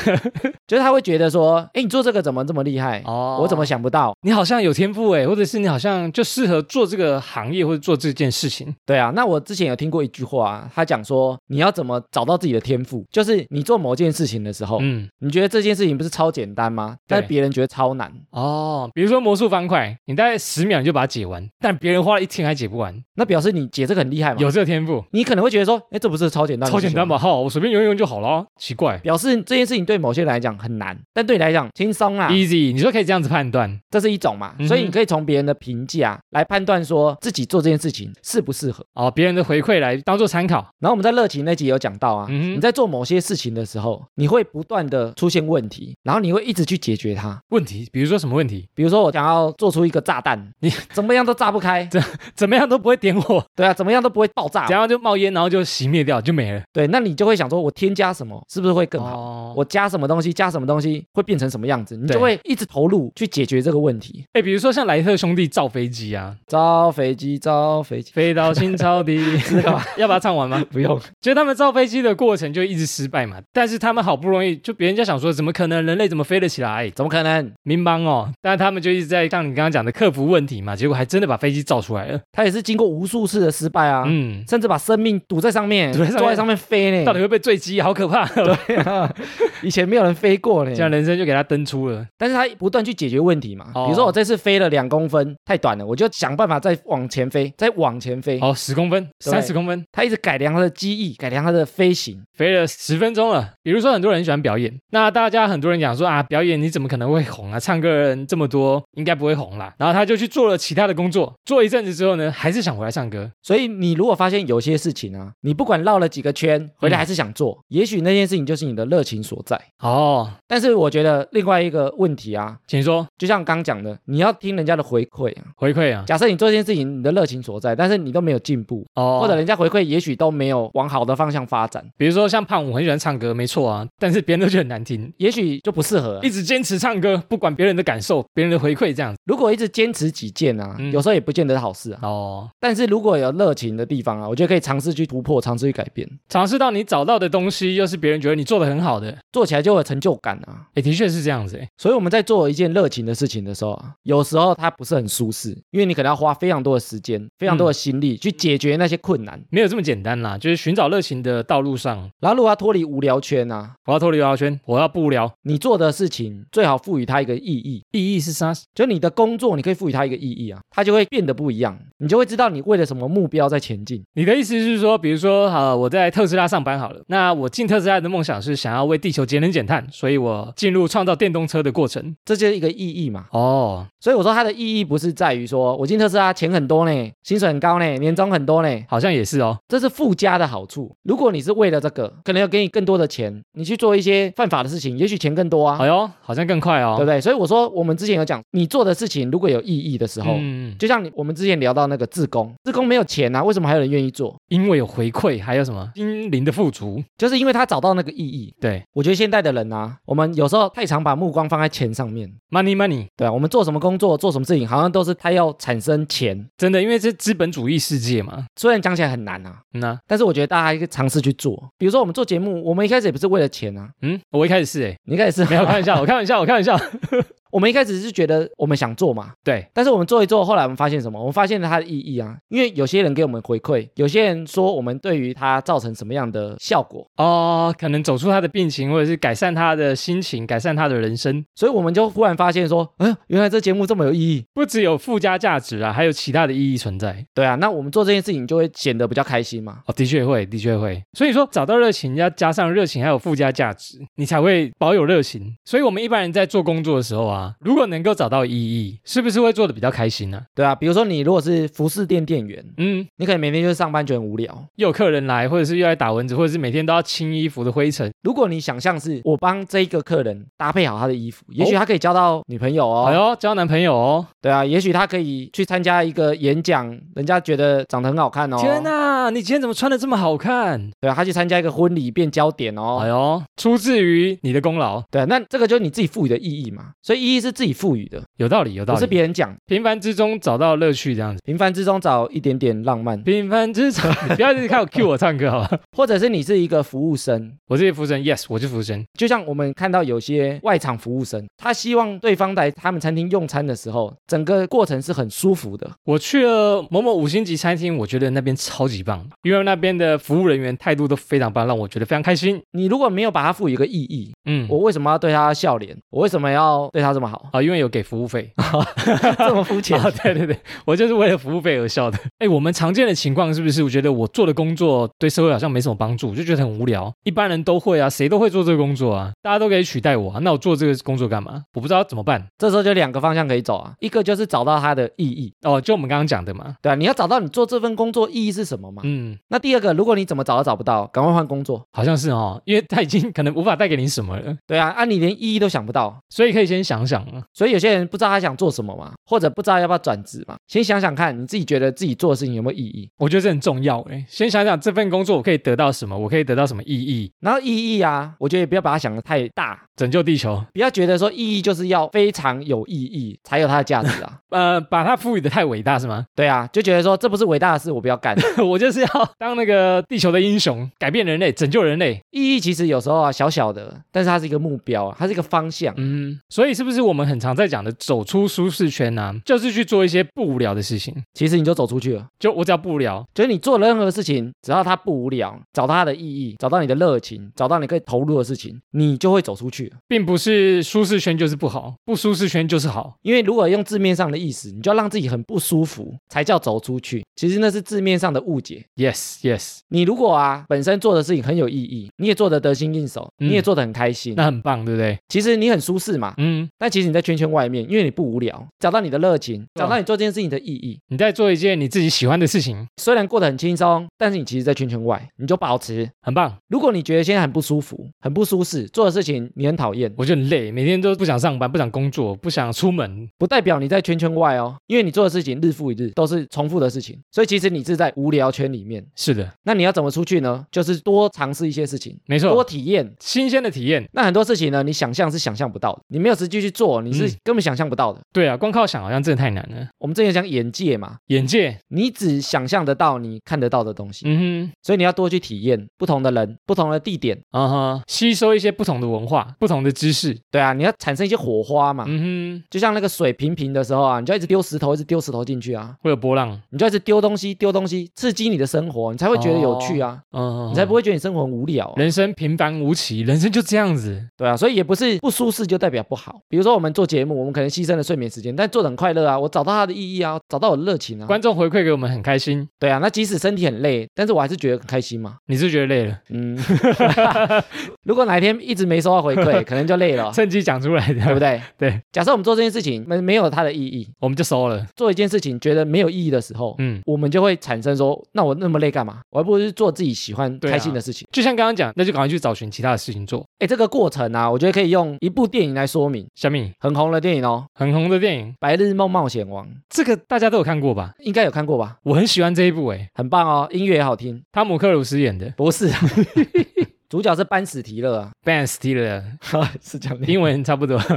Speaker 2: 就是他会觉得说，哎，你做这个怎么这么厉害？
Speaker 1: 哦
Speaker 2: 我怎么想不到？
Speaker 1: 你好像有天赋欸诶，或者是你好像就适合做这个行业或者做这件事情。
Speaker 2: 对啊，那我之前有听过一句话、啊，他讲说你要怎么找到自己的天赋，就是你做某件事情的时候，
Speaker 1: 嗯，
Speaker 2: 你觉得这件事情不是超简单吗？但是别人觉得超难，
Speaker 1: 哦，比如说魔术方块，你大概十秒你就把它解完，但别人花了一天还解不完，
Speaker 2: 那表示你解这个很厉害嘛？
Speaker 1: 有这个天赋，
Speaker 2: 你可能会觉得说，哎，这不是超简单，
Speaker 1: 超简单？吧？好，我随便用一用就好了。哦奇怪
Speaker 2: 表示这件事情对某些人来讲很难，但对你来讲轻松啦，
Speaker 1: ，easy，你说可以这样子判断，
Speaker 2: 这是一种嘛。
Speaker 1: 嗯哼
Speaker 2: 所以你可以从别人的评价来判断说自己做这件事情适不适合。
Speaker 1: 哦，别人的回馈来当做参考。
Speaker 2: 然后我们在热情那集有讲到啊，
Speaker 1: 嗯哼
Speaker 2: 你在做某些事情的时候，你会不断的出现问题，然后你会一直去解决它。
Speaker 1: 问题，比如说什么问题，
Speaker 2: 比如说我想要做出一个炸弹，
Speaker 1: 你
Speaker 2: 怎么样都炸 不开，
Speaker 1: 怎么样都不会点火，
Speaker 2: 对啊，怎么样都不会爆炸
Speaker 1: 怎，样就冒烟，然后就熄灭掉，就没了。
Speaker 2: 对，那你就会想说，我添加什么是不是会更好？
Speaker 1: 哦，
Speaker 2: 我加什么东西，加什么东西会变成什么样子？你
Speaker 1: 对
Speaker 2: 就会一直投入去解决这个问题。
Speaker 1: 哎，比如说像莱特兄弟造飞机 啊，
Speaker 2: 招飞机，招飞机，
Speaker 1: 飞到新超低，
Speaker 2: 知道吧
Speaker 1: 要把它唱完吗？
Speaker 2: 不用。
Speaker 1: 就他们造飞机的过程就一直失败嘛，但是他们好不容易就别人家想说，怎么可能人类怎么飞得起来？
Speaker 2: 怎么可能？
Speaker 1: 民邦哦，但他们就一直在像你刚刚讲的克服问题嘛，结果还真的把飞机造出来了。
Speaker 2: 他也是经过无数次的失败啊，
Speaker 1: 嗯，
Speaker 2: 甚至把生命堵在上面，
Speaker 1: 堵在上面
Speaker 2: 坐在上面飞呢。
Speaker 1: 到底会不会坠机？好可怕！
Speaker 2: 以前没有人飞过呢
Speaker 1: 这，样人生就给他登出了。
Speaker 2: 但是他不断去解决问题嘛。
Speaker 1: 哦
Speaker 2: 比如说我这次飞了两公分，太短了，我就想办法再往前飞，再往前飞。
Speaker 1: 哦，十公分，
Speaker 2: 对
Speaker 1: 三十公分，
Speaker 2: 他一直改良他的机翼，改良他的飞行。
Speaker 1: 飞了十分钟了。比如说，很多人喜欢表演，那大家很多人讲说啊，表演你怎么可能会红啊？唱歌人这么多，应该不会红啦。然后他就去做了其他的工作，做一阵子之后呢，还是想回来唱歌。
Speaker 2: 所以你如果发现有些事情啊，你不管绕了几个圈，回
Speaker 1: 嗯
Speaker 2: 来还是想做，也许那件事情就是你的热情所在。
Speaker 1: 哦，
Speaker 2: 但是我觉得另外一个问题啊，
Speaker 1: 请说
Speaker 2: 就像刚讲的，你要听人家的回馈啊。
Speaker 1: 回馈啊。
Speaker 2: 假设你做这件事情，你的热情所在，但是你都没有进步，
Speaker 1: 哦，
Speaker 2: 或者人家回馈也许都没有往好的方向发展，
Speaker 1: 比如说像胖虎很喜欢唱歌，没错啊，但是别人都觉得很难听，
Speaker 2: 也许就不适合啊、
Speaker 1: 一直坚持唱歌，不管别人的感受、别人的回馈这样子。
Speaker 2: 如果一直坚持己见啊，
Speaker 1: 嗯
Speaker 2: 有时候也不见得是好事啊。
Speaker 1: 哦，
Speaker 2: 但是如果有热情的地方啊，我觉得可以尝试去突破，尝试去改变，
Speaker 1: 尝试到你找到的东西，又是别人觉得你做的很好的，
Speaker 2: 做起来就有成就感啊。
Speaker 1: 哎，的确是这样子哎。
Speaker 2: 所以我们在做一件热情的事情的时候啊，有时候它不是很舒适，因为你可能要花非常多的时间、非常
Speaker 1: 嗯
Speaker 2: 多的心力去解决那些困难。
Speaker 1: 没有这么简单啦，就是寻找热情的道路上，
Speaker 2: 然后如果要脱离无聊圈啊，
Speaker 1: 我要脱离娱乐圈，我要不聊。
Speaker 2: 你做的事情最好赋予它一个意义，
Speaker 1: 意义是啥？
Speaker 2: 就你的工作，你可以赋予它一个意义啊，它就会变得不一样，你就会知道你为了什么目标在前进。
Speaker 1: 你的意思是说，比如说，好，我在特斯拉上班好了，那我进特斯拉的梦想是想要为地球节能减碳，所以我进入创造电动车的过程。
Speaker 2: 这就是一个意义嘛。
Speaker 1: 哦，
Speaker 2: 所以我说它的意义不是在于说我进特斯拉钱很多呢，薪水很高呢，年终很多呢，
Speaker 1: 好像也是哦。
Speaker 2: 这是附加的好处。如果你是为了这个，可能要给你更多的钱，你去做一些犯法的事情，也许钱更多啊，
Speaker 1: 哎呦，好像更快哦。
Speaker 2: 对不对？所以我说我们之前有讲，你做的事情如果有意义的时候。
Speaker 1: 嗯，
Speaker 2: 就像你我们之前聊到那个自工，自工没有钱啊，为什么还有人愿意做？
Speaker 1: 因为有回馈，还有什么心灵的富足？
Speaker 2: 就是因为他找到那个意义。
Speaker 1: 对
Speaker 2: 我觉得现代的人啊，我们有时候太常把目光放在钱上面，
Speaker 1: ，money money，
Speaker 2: 对啊，我们做什么工作、做什么事情，好像都是他要产生钱。
Speaker 1: 真的，因为这资本主义世界嘛。
Speaker 2: 虽然讲起来很难啊，
Speaker 1: 嗯、啊，
Speaker 2: 但是我觉得大家可以尝试去做。比如说我们做节目，我们一开始也不是为了钱啊，
Speaker 1: 嗯，我一开始是哎，
Speaker 2: 你一开始 是
Speaker 1: 没有开玩笑，我开玩笑，我开玩笑。
Speaker 2: 我们一开始是觉得我们想做嘛，
Speaker 1: 对，
Speaker 2: 但是我们做一做，后来我们发现什么？我们发现了它的意义啊，因为有些人给我们回馈，有些人说我们对于它造成什么样的效果，
Speaker 1: 哦，可能走出他的病情，或者是改善他的心情，改善他的人生，
Speaker 2: 所以我们就忽然发现说，哎，原来这节目这么有意义。
Speaker 1: 不只有附加价值啊，还有其他的意义存在。
Speaker 2: 对啊，那我们做这件事情就会显得比较开心嘛。
Speaker 1: 哦，的确会，的确会。所以说，找到热情要加上热情，还有附加价值，你才会保有热情。所以，我们一般人在做工作的时候啊，如果能够找到意义，是不是会做的比较开心呢、
Speaker 2: 对啊，比如说你如果是服饰店店员，
Speaker 1: 嗯，
Speaker 2: 你可能每天就是上班就很无聊。
Speaker 1: 又有客人来，或者是又来打蚊子，或者是每天都要清衣服的灰尘。
Speaker 2: 如果你想象是我帮这一个客人搭配好他的衣服，也许他可以交到女朋友哦。
Speaker 1: 哎呦，交男哦朋友哦！
Speaker 2: 对啊，也许他可以去参加一个演讲，人家觉得长得很好看哦。
Speaker 1: 天哪，你今天怎么穿的这么好看？
Speaker 2: 对啊，他去参加一个婚礼变焦点哦。
Speaker 1: 哎呦，出自于你的功劳，
Speaker 2: 对啊，那这个就是你自己赋予的意义嘛，所以意义是自己赋予的，
Speaker 1: 有道理，有道
Speaker 2: 不是
Speaker 1: 理。
Speaker 2: 别人讲。
Speaker 1: 平凡之中找到乐趣，这样子。
Speaker 2: 平凡之中找一点点浪漫，
Speaker 1: 平凡之中， 你不要一直看我 cue 我唱歌好吧？
Speaker 2: 或者是你是一个服务生，
Speaker 1: 我是服务生，yes，我是服务生。
Speaker 2: 就像我们看到有些外场服务生，他希望对方来他们餐厅用餐的时候，整个过程是很舒服的。
Speaker 1: 我去了某某五星级餐厅，我觉得那边超级棒，因为那边的服务人员态度都非常棒，让我觉得非常开心。
Speaker 2: 你如果没有把它赋予一个意义，
Speaker 1: 嗯，
Speaker 2: 我为什么要对他笑脸？我为什么要对他这 么好？
Speaker 1: 啊，因为有给服务费。
Speaker 2: 这么肤浅？
Speaker 1: 啊，对对对，我就是为了服务费而笑的。哎，我们常见的情况是不是？我觉得我做的工作对社会好像没什么帮助，就觉得很无聊。一般人都会啊，谁都会做这个工作啊，大家都可以取代我啊，那我做这个工作干嘛？我不知道怎么办。
Speaker 2: 这时候就两个方向可以走啊，一个就是找到它的意义，
Speaker 1: 哦，就我们刚刚讲的嘛，
Speaker 2: 对啊，你要找到你做这份工作意义是什么嘛。
Speaker 1: 嗯，
Speaker 2: 那第二个，如果你怎么找都找不到，赶快换工作。
Speaker 1: 好像是哦，因为他已经可能无法带给你什么了，
Speaker 2: 对啊，啊，你连意义都想不到，
Speaker 1: 所以可以先想想啊。
Speaker 2: 所以有些人不知道他想做什么嘛，或者不知道要不要转职嘛，先想想看你自己觉得自己做的事情有没有意义。
Speaker 1: 我觉得这很重要哎，先想想这份工作我可以得到什么，我可以得到什么意义，
Speaker 2: 然后意义啊，我觉得也不要把它想得太大，
Speaker 1: 拯救地球。
Speaker 2: 不要觉得说意义就是要非常有意义才有它的价值 啊。
Speaker 1: 呃，把它赋予的太伟大是吗？
Speaker 2: 对啊，就觉得说这不是伟大的事，我不要干。
Speaker 1: 我就是要当那个地球的英雄，改变人类，拯救人类。
Speaker 2: 意义其实有时候啊小小的，但是它是一个目标啊，它是一个方向。
Speaker 1: 嗯，所以是不是我们很常在讲的走出舒适圈呢、啊？就是去做一些不无聊的事情。
Speaker 2: 其实你就走出去了，
Speaker 1: 就我只要不无聊，
Speaker 2: 就是你做任何事情，只要它不无聊，找到它的意义，找到你的热情，找到你可以投入的事情，你就会走出去了。
Speaker 1: 并不是舒适圈就是不好，不舒适圈就是好。
Speaker 2: 因为如果用字面上的意思，你就要让自己很不舒服才叫走出去。其实那是字面上的误解。
Speaker 1: Yes, yes，
Speaker 2: 你如果啊本身做的事情很有意义，你也做得得心应手，
Speaker 1: 嗯
Speaker 2: 你也做得很开心，
Speaker 1: 那很棒，对不对？
Speaker 2: 其实你很舒适嘛。
Speaker 1: 嗯，
Speaker 2: 但其实你在圈圈外面，因为你不无聊，找到你的热情，
Speaker 1: 对啊
Speaker 2: 找到你做这件事情的意义。
Speaker 1: 你在做一件你自己喜欢的事情，
Speaker 2: 虽然过得很轻松，但是你其实，在圈圈外，你就保持。
Speaker 1: 很棒。
Speaker 2: 如果你觉得现在很不舒服、很不舒适，做的事情你很讨厌，
Speaker 1: 我就很累，每天都不想上班，不想工作，不想出门。
Speaker 2: 不代表你在圈圈外哦，因为你做的事情日复一日都是重复的事情，所以其实你是在无聊圈里面。
Speaker 1: 是的，
Speaker 2: 那你要怎么出去呢？就是多尝试一些事情，
Speaker 1: 没
Speaker 2: 多
Speaker 1: 错，
Speaker 2: 体验。
Speaker 1: 新鲜的体验。
Speaker 2: 那很多事情呢，你想象是想象不到的，你没有实际去做，你是
Speaker 1: 嗯
Speaker 2: 根本想象不到的。
Speaker 1: 对啊，光靠想好像真的太难了。
Speaker 2: 我们之前讲眼界嘛，
Speaker 1: 眼界，
Speaker 2: 你只想象得到你看得到的东西，
Speaker 1: 嗯
Speaker 2: 所以你要多去体验不同的人、不同的地点。
Speaker 1: 哼，啊哈，吸收一些不同的文化、不同的知识，
Speaker 2: 对啊，你要产生一些火花嘛。
Speaker 1: 嗯哼，
Speaker 2: 就像那个水平平的时候啊，你就要一直丢石头，一直丢石头进去啊，
Speaker 1: 会有波浪，
Speaker 2: 你就要一直丢东西，丢东西，刺激你的生活，你才会觉得有趣啊，
Speaker 1: 嗯，
Speaker 2: 你才不会觉得你生活很无聊啊、
Speaker 1: 人生平凡无奇，人生就这样子，
Speaker 2: 对啊，所以也不是不舒适就代表不好。比如说我们做节目，我们可能牺牲了睡眠时间，但做的很快乐啊，我找到它的意义啊，找到我的热情啊。
Speaker 1: 观众回馈给我们很开心。
Speaker 2: 对啊，那即使身体很累，但是我还是觉得很开心嘛。
Speaker 1: 你是不是觉得累了，
Speaker 2: 嗯， 如果哪一天一直没收到回 馈，可能就累了，
Speaker 1: 趁机讲出来
Speaker 2: 啊对
Speaker 1: 的，
Speaker 2: 不对？
Speaker 1: 对，
Speaker 2: 假设我们做这件事情没没有它的意义，
Speaker 1: 我们就收了。
Speaker 2: 做一件事情觉得没有意义的时候，
Speaker 1: 嗯，
Speaker 2: 我们就会产生说，那我那么累干嘛？我还不如去做自己喜欢、
Speaker 1: 对啊
Speaker 2: 开心的事情。
Speaker 1: 就像刚刚讲，那就赶快去找寻其他的事情做。
Speaker 2: 哎，这个过程啊，我觉得可以用一部电影来说明，
Speaker 1: 小米，
Speaker 2: 很红的电影哦，
Speaker 1: 很红的电影，
Speaker 2: 《白日梦冒险王》，
Speaker 1: 这个大家都有看过吧？
Speaker 2: 应该有看过吧？
Speaker 1: 我很喜欢这一部，诶，
Speaker 2: 很棒哦，音乐也好听。
Speaker 1: 汤姆克鲁斯演的
Speaker 2: 不是、 啊，主角是班史提勒啊，
Speaker 1: ，Ben Stiller，
Speaker 2: 是这样
Speaker 1: 英文差不多。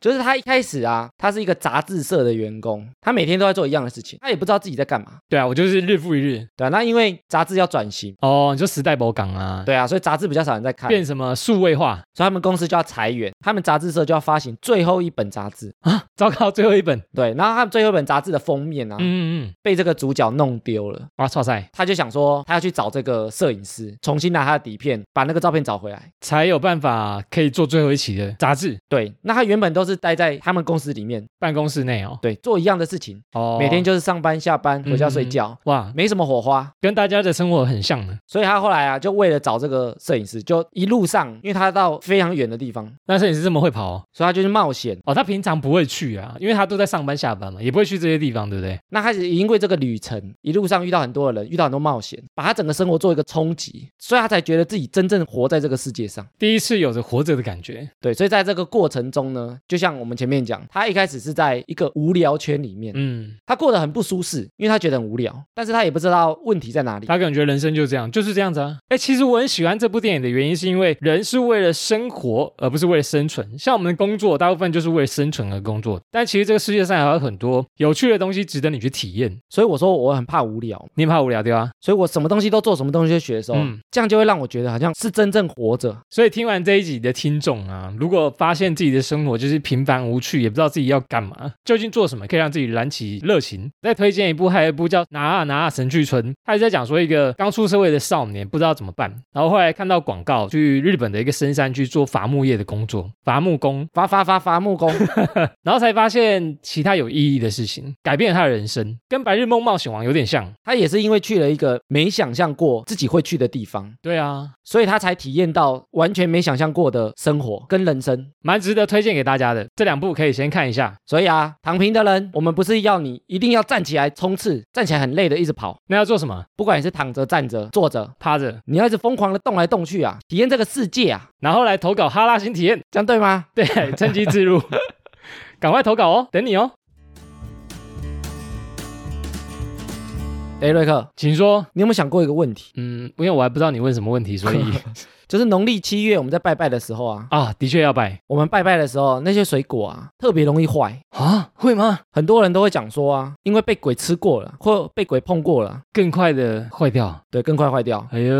Speaker 2: 就是他一开始啊，他是一个杂志社的员工，他每天都在做一样的事情，他也不知道自己在干嘛。
Speaker 1: 对啊，我就是日复一日。
Speaker 2: 对啊，那因为杂志要转型，
Speaker 1: 哦，你说时代宝港啊，
Speaker 2: 对啊，所以杂志比较少人在看，所
Speaker 1: 变什么数位化
Speaker 2: 以他们公司就要裁员，他们杂志社就要发行最后一本杂志。
Speaker 1: 啊？糟糕，最后一本，
Speaker 2: 对，然后他们最后一本杂志的封面啊，
Speaker 1: 嗯嗯嗯，
Speaker 2: 被这个主角弄丢了。
Speaker 1: 哇，哇塞，
Speaker 2: 他就想说，他要去找这个摄影师，重新拿他的底片，把那个照片找回来。
Speaker 1: 才有办法可以做最后一期的杂志。
Speaker 2: 对，那他原本都是待在他们公司里面，
Speaker 1: 办公室内哦，
Speaker 2: 对，做一样的事情，
Speaker 1: 哦，
Speaker 2: 每天就是上班、下班、回家睡
Speaker 1: 嗯
Speaker 2: 觉，
Speaker 1: 哇，
Speaker 2: 没什么火花，
Speaker 1: 跟大家的生活很像呢。
Speaker 2: 所以他后来啊，就为了找这个摄影师，就一路上，因为他到非常远的地方，
Speaker 1: 那摄影师这么会跑哦，
Speaker 2: 所以他就去冒险。
Speaker 1: 哦他平常不会去啊，因为他都在上班下班嘛，也不会去这些地方，对不对？
Speaker 2: 那他也因为这个旅程，一路上遇到很多的人，遇到很多冒险，把他整个生活做一个冲击，所以他才觉得自己真正活在这个世界上。
Speaker 1: 第一次有着活着的感觉，
Speaker 2: 对，所以在这个过程中呢，就像我们前面讲，他一开始是在一个无聊圈里面，
Speaker 1: 嗯，
Speaker 2: 他过得很不舒适，因为他觉得很无聊，但是他也不知道问题在哪里。
Speaker 1: 他感觉人生就这样，就是这样子啊。哎，其实我很喜欢这部电影的原因，是因为人是为了生活，而不是为了生存。像我们的工作，大部分就是为了生存而工作，但其实这个世界上还有很多有趣的东西值得你去体验。
Speaker 2: 所以我说我很怕无聊，
Speaker 1: 你怕无聊对吧？
Speaker 2: 所以我什么东西都做，什么东西都学的时候，
Speaker 1: 嗯
Speaker 2: 这样就会让我觉得好像是真正活着。
Speaker 1: 所以听完这一集的听众啊，如果发现自己的生活就是平凡无趣，也不知道自己要干嘛，究竟做什么可以让自己燃起热情，再推荐一部，还有一部叫《拿啊拿啊神去村》，他是在讲说一个刚出社会的少年不知道怎么办，然后后来看到广告，去日本的一个深山去做伐木业的工作，伐木工，
Speaker 2: 伐伐伐伐木工，
Speaker 1: 然后才发现其他有意义的事情，改变了他的人生，跟《白日梦冒险王》有点像。
Speaker 2: 他也是因为去了一个没想象过自己会去的地方，
Speaker 1: 对啊，
Speaker 2: 所以他才体验到完全没想象过的生活跟人生。
Speaker 1: 蛮值得推荐给大家的，这两部可以先看一下。
Speaker 2: 所以啊，躺平的人，我们不是要你一定要站起来冲刺，站起来很累的一直跑，
Speaker 1: 那要做什么？
Speaker 2: 不管你是躺着、站着、坐着，
Speaker 1: 趴着，
Speaker 2: 你要一直疯狂的动来动去啊，体验这个世界啊，
Speaker 1: 然后来投稿哈拉新体验。
Speaker 2: 这样对吗？
Speaker 1: 对，趁机自 入，赶快投稿哦，等你哦，
Speaker 2: 哎，瑞克，
Speaker 1: 请说。
Speaker 2: 你有没有想过一个问题？
Speaker 1: 嗯，因为我还不知道你问什么问题，所以
Speaker 2: 就是农历七月我们在拜拜的时候啊，
Speaker 1: 啊，的确要拜
Speaker 2: 我们拜拜的时候那些水果啊，特别容易坏。
Speaker 1: 啊，会吗？
Speaker 2: 很多人都会讲说啊，因为被鬼吃过了，或被鬼碰过了，
Speaker 1: 更快的坏掉，
Speaker 2: 对，更快坏掉。
Speaker 1: 哎呦，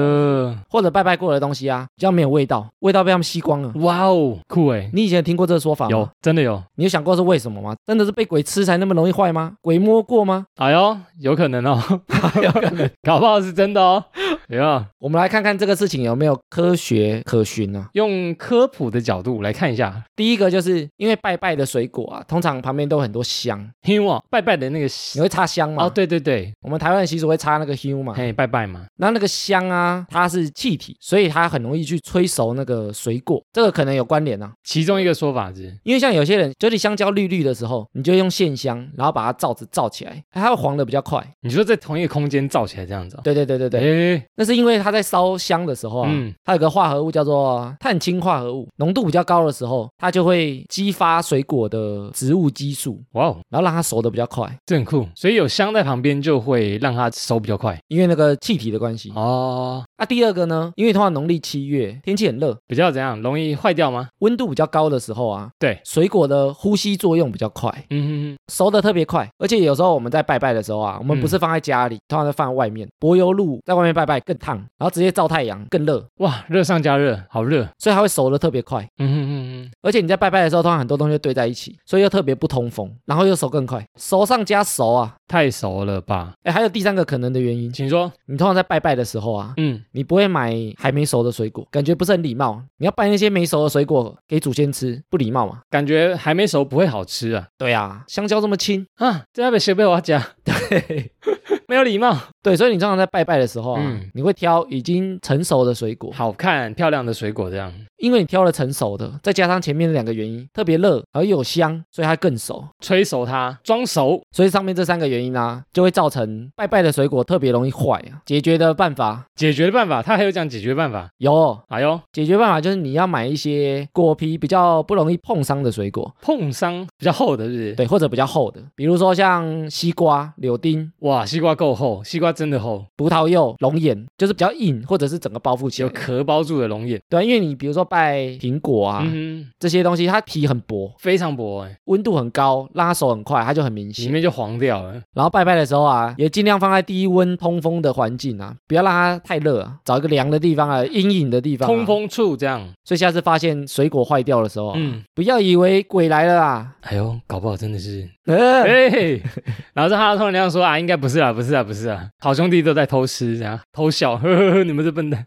Speaker 2: 或者拜拜过的东西啊，比较没有味道，味道被他们吸光了。
Speaker 1: 哇哦，酷哎，
Speaker 2: 你以前有听过这个说法吗？
Speaker 1: 有，，真的有，
Speaker 2: 你有想过是为什么吗？真的是被鬼吃才那么容易坏吗？鬼摸过吗？
Speaker 1: 哎呦，有可能哦， 有可能， 搞不好是真的哦，哎呦，
Speaker 2: 我们来看看这个事情有没有科学可循啊。
Speaker 1: 用科普的角度来看一下，
Speaker 2: 第一个就是因为拜拜的水果啊，通常旁边都有很多香，
Speaker 1: 因为拜拜的那个
Speaker 2: 你会插香吗？
Speaker 1: 哦，，对对对，
Speaker 2: 我们台湾的习俗会插那个香嘛。
Speaker 1: 嘿，拜拜嘛，
Speaker 2: 那那个香啊，它是气体，所以它很容易去催熟那个水果，这个可能有关联啊。
Speaker 1: 其中一个说法是，
Speaker 2: 因为像有些人，就是香蕉绿绿的时候，你就用线香，然后把它罩子罩起来，它会黄的比较快。
Speaker 1: 你说在同一个空间造起来这样子、哦，
Speaker 2: 对对对对对，
Speaker 1: 对，
Speaker 2: 那是因为它在烧香的时候啊，
Speaker 1: 嗯
Speaker 2: 它有个化合物叫做碳氢化合物，浓度比较高的时候，它就会激发水果的植物激素，
Speaker 1: 哇哦。
Speaker 2: 然后让它熟的比较快，
Speaker 1: 这很酷，所以有香在旁边就会让它熟比较快
Speaker 2: 因为那个气体的关系。
Speaker 1: 哦。
Speaker 2: 啊，第二个呢，因为通常农历七月天气很热，
Speaker 1: 比较怎样，容易坏掉吗？
Speaker 2: 温度比较高的时候啊，
Speaker 1: 对，
Speaker 2: 水果的呼吸作用比较快，
Speaker 1: 嗯哼
Speaker 2: 熟的特别快，而且有时候我们在拜拜的时候啊，我
Speaker 1: 嗯
Speaker 2: 们不是放在家里，通常都放在外面。柏油路在外面拜拜更烫，然后直接照太阳更热，
Speaker 1: 哼，哇，热上加热，好热，
Speaker 2: 所以它会熟的特别快。
Speaker 1: 嗯哼哼
Speaker 2: 而且你在拜拜的时候，通常很多东西堆在一起，所以又特别不通风，然后又熟更快，熟上加熟啊。
Speaker 1: 哼，太熟了吧？
Speaker 2: 哎，还有第三个可能的原因，
Speaker 1: 请说，
Speaker 2: 你通常在拜拜的时候啊，
Speaker 1: 嗯，
Speaker 2: 你不会买还没熟的水果，感觉不是很礼貌。你要拜那些没熟的水果给祖先吃，不礼貌嘛？
Speaker 1: 感觉还没熟不会好吃啊。
Speaker 2: 对啊，香蕉这么轻，
Speaker 1: 啊，这要被谁被我讲？对，没有礼貌。
Speaker 2: 对，所以你通常在拜拜的时候啊，
Speaker 1: 嗯
Speaker 2: 你会挑已经成熟的水果，
Speaker 1: 好看漂亮的水果这样，
Speaker 2: 因为你挑了成熟的，再加上前面两个原因，特别热，然后又有香，所以它更熟。
Speaker 1: 催熟它，装熟。
Speaker 2: 所以上面这三个原因啊，就会造成拜拜的水果特别容易坏啊。解决的办法
Speaker 1: 解决的办法，他还有讲解决办法。
Speaker 2: 有，
Speaker 1: 哎呦，
Speaker 2: 解决办法就是你要买一些果皮比较不容易碰伤的水果，
Speaker 1: 碰伤比较厚的，是不是？
Speaker 2: 对，或者比较厚的，比如说像西瓜、柳丁、
Speaker 1: 哇，西瓜够厚，西瓜真的厚，
Speaker 2: 葡萄柚、龙眼，就是比较硬，或者是整个包覆起
Speaker 1: 有
Speaker 2: 来。
Speaker 1: 壳包住的龙眼，
Speaker 2: 对啊，因为你比如说拜苹果啊、
Speaker 1: 嗯哼，
Speaker 2: 这些东西，它皮很薄，
Speaker 1: 非常薄哎，
Speaker 2: 温度很高，拉手很快，它就很明
Speaker 1: 里
Speaker 2: 显。
Speaker 1: 面就黄掉了。
Speaker 2: 然后拜拜的时候啊，也尽量放在低温通风的环境啊，不要让它太热啊，找一个凉的地方啊，阴影的地方、
Speaker 1: 通。风处这样，
Speaker 2: 所以下次发现水果坏掉的时候啊、
Speaker 1: 嗯，
Speaker 2: 不要以为鬼来了啊。
Speaker 1: 哎呦，搞不好真的是，
Speaker 2: 呃
Speaker 1: 哎，然后这哈拉通亮说啊，应该不是啦，不是啦，不是啦，好兄弟都在偷吃，这样偷笑， 呵呵呵，你们这笨蛋。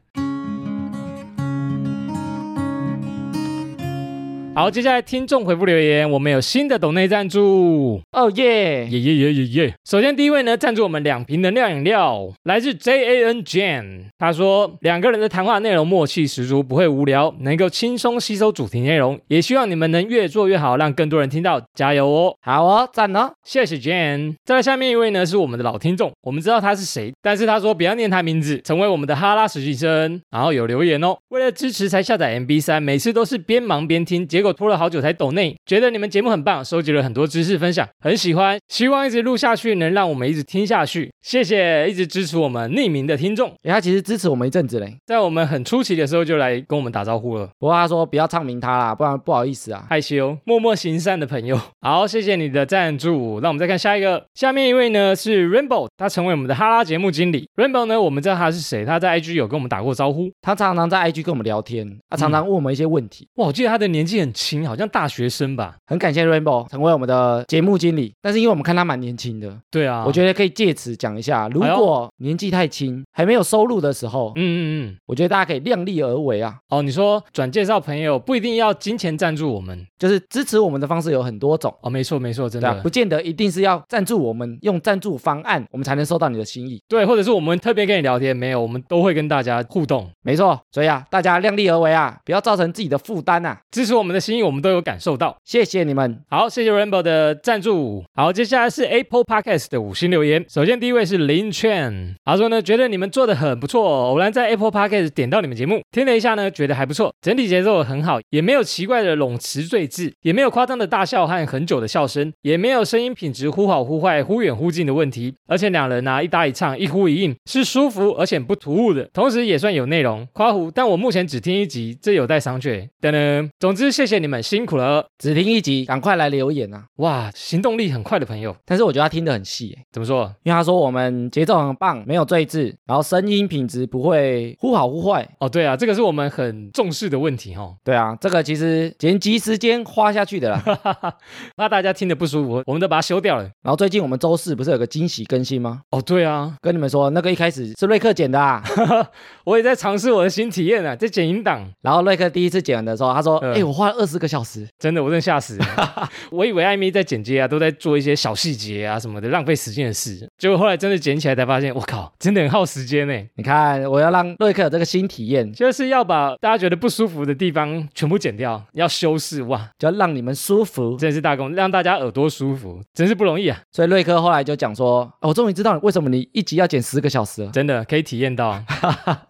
Speaker 1: 好，接下来听众回复留言，我们有新的抖内赞助，
Speaker 2: 哦耶
Speaker 1: 耶耶耶耶耶！首先第一位呢，赞助我们两瓶能量饮料，来自 J A N Jan，他说两个人的谈话内容默契十足，不会无聊，能够轻松吸收主题内容，也希望你们能越做越好，让更多人听到，加油哦！
Speaker 2: 好哦，赞哦。
Speaker 1: 谢谢 Jan。再来下面一位呢，是我们的老听众，我们知道他是谁，但是他说不要念他名字，成为我们的哈拉实习生。然后有留言哦，为了支持才下载 MB 三，每次都是边忙边听，结果拖了好久才抖内，觉得你们节目很棒，收集了很多知识分享，很喜欢，希望一直录下去，能让我们一直听下去。谢谢一直支持我们匿名的听众，
Speaker 2: 诶他其实支持我们一阵子嘞，
Speaker 1: 在我们很出奇的时候就来跟我们打招呼了。
Speaker 2: 不过他说不要唱名他啦，不然不好意思啊。
Speaker 1: 害羞、默默行善的朋友。 好，谢谢你的赞助。那我们再看下一个，下面一位呢是 Rainbow，他成为我们的哈拉节目经理。Rainbow 呢，我们知道他是谁，他在 IG 有跟我们打过招呼。
Speaker 2: 他常常在 IG 跟我们聊
Speaker 1: 嗯
Speaker 2: 天，他常常问我们一些问题。
Speaker 1: 哇，我记得他的年纪很轻，好像大学生吧？
Speaker 2: 很感谢 Rainbow 成为我们的节目经理，但是因为我们看他蛮年轻的，
Speaker 1: 对啊，哎
Speaker 2: 我觉得可以借此讲一下，如果年纪太轻，还没有收入的时候，
Speaker 1: 嗯嗯嗯。
Speaker 2: 我觉得大家可以量力而为啊。
Speaker 1: 哦，你说转介绍朋友不一定要金钱赞助我们
Speaker 2: 就是支持我们的方式有很多种，
Speaker 1: 哦，没错没错，真
Speaker 2: 对啊
Speaker 1: 的，
Speaker 2: 不见得一定是要赞助我们，用赞助方案我们才能收到你的心意。
Speaker 1: 对，或者是我们特别跟你聊天，没有，我们都会跟大家互动，
Speaker 2: 没错，所以啊，大家量力而为啊，不要造成自己的负担啊。
Speaker 1: 支持我们的心意，我们都有感受到。
Speaker 2: 谢谢你们，
Speaker 1: 好，谢谢 Rainbow 的赞助。好，接下来是 Apple Podcast 的五星留言。首先第一位是林劝，他说呢，觉得你们做的很不错，哦偶然在 Apple Podcast 点到你们节目，听了一下呢，觉得还不错，整体节奏很好，也没有奇怪的冗词赘字，也没有夸张的大笑和很久的笑声，也没有声音品质忽好忽坏、忽远忽近的问题。而且两人呢、啊一搭一唱，一呼一应，是舒服而且不突兀的，同时也算有内容。夸胡，但我目前只听一集，这有待商榷。噔噔，总之谢谢你们辛苦了。
Speaker 2: 只听一集，赶快来留言啊！
Speaker 1: 哇，行动力很快的朋友，
Speaker 2: 但是我觉得他听得很细耶，
Speaker 1: 怎么说？
Speaker 2: 因为他说我们节奏很棒，没有赘字，然后声音品质不会忽好忽坏。
Speaker 1: 哦，对啊，这个是我们很重视的问题哦。
Speaker 2: 对啊，这个其实剪辑时间花下去的啦。
Speaker 1: 怕大家听得不舒服，我们都把它修掉了。
Speaker 2: 然后最近我们周四不是有个惊喜更新吗？
Speaker 1: 哦，对啊，
Speaker 2: 跟你们说，那个一开始是瑞克剪的啊，
Speaker 1: 我也在尝试我的新体验啊，在剪音档，
Speaker 2: 然后瑞克第一次剪的时候，他说：“
Speaker 1: 嗯
Speaker 2: 哎、我花了二十个小时。
Speaker 1: 真的我真的吓死了。我以为艾米在剪接啊，都在做一些小细节啊什么的，浪费时间的事。结果后来真的剪起来才发现，我靠，真的很耗时间呢。”
Speaker 2: 你看，我要让瑞克有这个新体验，
Speaker 1: 就是要把大家觉得不舒服的地方全部剪掉，要修饰哇，
Speaker 2: 就要让你们舒服。
Speaker 1: 真的是大功，让大家耳朵舒服，真是不容易啊，
Speaker 2: 所以瑞克后来就讲说：“哦、我终于知道为什么你一集要剪十个小时了，
Speaker 1: 真的可以体验 到。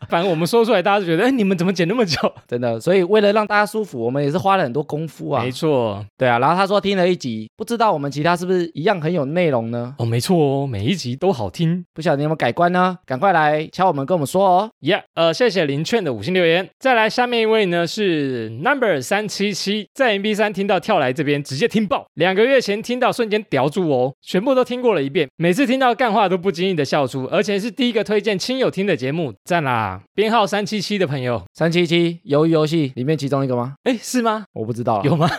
Speaker 1: 反正我们说出来，大家就觉得，哎，你们怎么剪那么久？
Speaker 2: 真的。所以为了让大家舒服，我们也是花了了很多功夫啊
Speaker 1: 没。错，
Speaker 2: 对啊，然后他说听了一集，不知道我们其他是不是一样很有内容呢？
Speaker 1: 哦，没错哦，每一集都好听。
Speaker 2: 不晓得你有没有改观呢？赶快来敲我们，跟我们说哦。
Speaker 1: 耶、呃，谢谢林券的五星留言。再来，下面一位呢是 Number 三七七，在 MB 三听到跳来这边直接听爆，两个月前听到瞬间屌住哦，全部都听过了一遍，每次听到干话都不经意的笑出，而且是第一个推荐亲友听的节目，赞啦！编号三七七的朋友，
Speaker 2: 三七七，鱿鱼游戏里面其中一个吗？
Speaker 1: 哎，是吗？
Speaker 2: 我不知道啊。
Speaker 1: 有吗？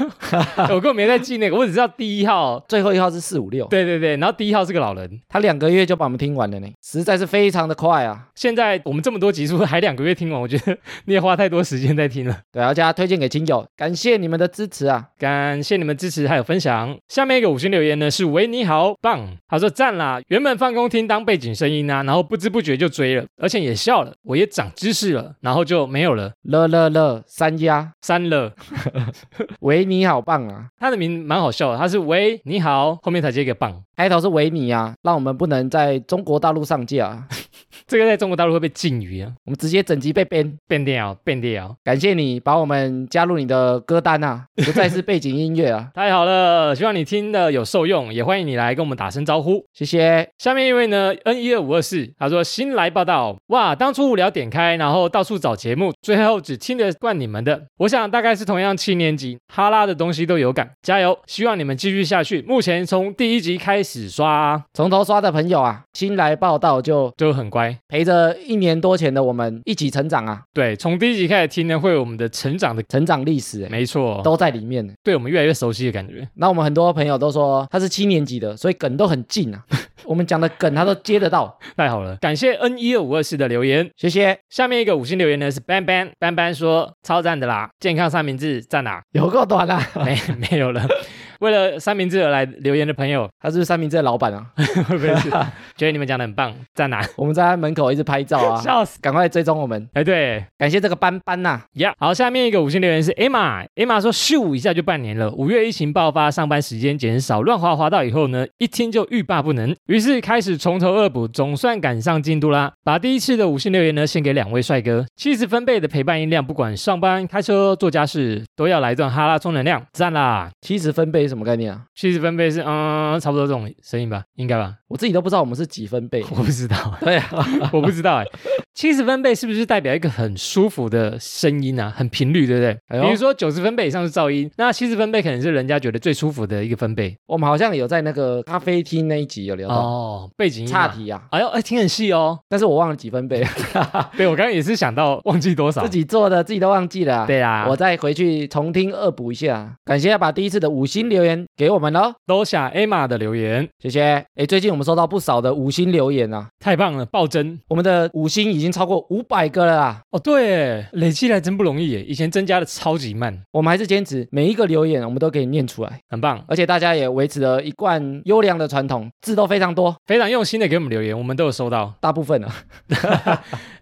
Speaker 1: 我根本没在记那个，我只知道第一号，
Speaker 2: 最后一号是四五六，
Speaker 1: 对对对，然后第一号是个老人。
Speaker 2: 他两个月就把我们听完了呢，实在是非常的快啊。
Speaker 1: 现在我们这么多集数还两个月听完，我觉得你也花太多时间在听了。
Speaker 2: 对啊，而且他推荐给亲友，感谢你们的支持啊。
Speaker 1: 感谢你们支持还有分享。下面一个五星留言呢是维尼好棒，他说赞啦，原本放空听当背景声音啊，然后不知不觉就追了，而且也笑了，我也长知识了，然后就没有了，
Speaker 2: 乐乐乐，三丫，
Speaker 1: 删了。
Speaker 2: 维尼好棒啊！
Speaker 1: 他的名蛮好笑啊的，他是维你好，后面才接一个棒，
Speaker 2: 开头是维尼啊，让我们不能在中国大陆上架、啊，
Speaker 1: 这个在中国大陆会被禁语啊，
Speaker 2: 我们直接整集被 ban。
Speaker 1: 变掉变掉，
Speaker 2: 感谢你把我们加入你的歌单啊，不再是背景音乐啊，
Speaker 1: 太好了，希望你听的有受用，也欢迎你来跟我们打声招呼。
Speaker 2: 谢谢。
Speaker 1: 下面一位呢，N 一二五二四，他说新来报道，哇，当初无聊点开，然后到处找节目，最后只听得惯你们的。我想大概是同样七年级，哈拉的东西都有感，加油！希望你们继续下去。目前从第一集开始刷，
Speaker 2: 从头刷的朋友啊，新来报道就
Speaker 1: 就很乖。
Speaker 2: 陪着一年多前的我们一起成长啊，
Speaker 1: 对，从第一集开始听呢，会有我们的成长的，
Speaker 2: 成长历史、欸、
Speaker 1: 没错，
Speaker 2: 都在里面呢。欸
Speaker 1: 对我们越来越熟悉的感觉。
Speaker 2: 那我们很多朋友都说他是七年级的，所以梗都很近啊， 我们讲的梗他都接得到。
Speaker 1: 太好了，感谢 N 一二五二四的留言。
Speaker 2: 谢谢，
Speaker 1: 下面一个五星留言呢是 ban ban ban ban 说超赞的啦，健康三明治赞啦，
Speaker 2: 有够短啊！
Speaker 1: 没没有了。 为了三明治而来留言的朋友，
Speaker 2: 他是不是三明治的老板啊？
Speaker 1: 会不会是觉得你们讲的很棒，赞啦，
Speaker 2: 我们在他门口一直拍照啊，
Speaker 1: 笑死！
Speaker 2: 赶快追踪我们，
Speaker 1: 哎，对，
Speaker 2: 感谢这个班啊班呐、
Speaker 1: 呀、好，下面一个五星留言是 Emma，Emma 说咻一下就半年了，五月疫情爆发，上班时间减少，乱滑滑到以后呢，一听就欲罢不能，于是开始从头恶补，总算赶上进度啦。把第一次的五星留言呢献给两位帅哥，七十分贝的陪伴音量，不管上班、开车、做家事，都要来一段哈拉充能量，赞啦！
Speaker 2: 七十分贝是什么概念啊？
Speaker 1: 七十分贝是嗯，差不多这种声音吧，应该吧？
Speaker 2: 我自己都不知道我们是几分 贝。
Speaker 1: 我不知道，
Speaker 2: 对啊，
Speaker 1: 我不知道哎、七十分贝是不是代表一个很舒服的声音啊？很频率，对不对？
Speaker 2: 哎呦
Speaker 1: 比如说九十分贝以上是噪音，那七十分贝可能是人家觉得最舒服的一个分贝
Speaker 2: 我们好像有在那个咖啡厅那一集有聊到、
Speaker 1: 哦。背景音
Speaker 2: 差
Speaker 1: 嘛，
Speaker 2: 题啊，
Speaker 1: 哎呦，哎，听很细哦。
Speaker 2: 但是我忘了几 分贝，
Speaker 1: 对我刚刚也是想到忘记多少
Speaker 2: 自。己做的自己都忘记了、啊。
Speaker 1: 啊 对啊，
Speaker 2: 我
Speaker 1: 我
Speaker 2: 再回去重听恶补一下，啊感谢把第一次的五星留言给我们喽，
Speaker 1: 楼下 Emma 的留言
Speaker 2: 谢谢。哎，最近我们收到不少的五星留言啊，
Speaker 1: 太棒了，暴增
Speaker 2: 我们的五星已经超过五百个了啊，
Speaker 1: 哦！对耶，累积来真不容易耶，以前增加的超级慢，
Speaker 2: 我们还是坚持每一个留言我们都可以念出来，
Speaker 1: 很棒，
Speaker 2: 而且大家也维持了一贯优良的传统，字都非常多，
Speaker 1: 非常用心的给我们留言，我们都有收到。
Speaker 2: 大部分啊，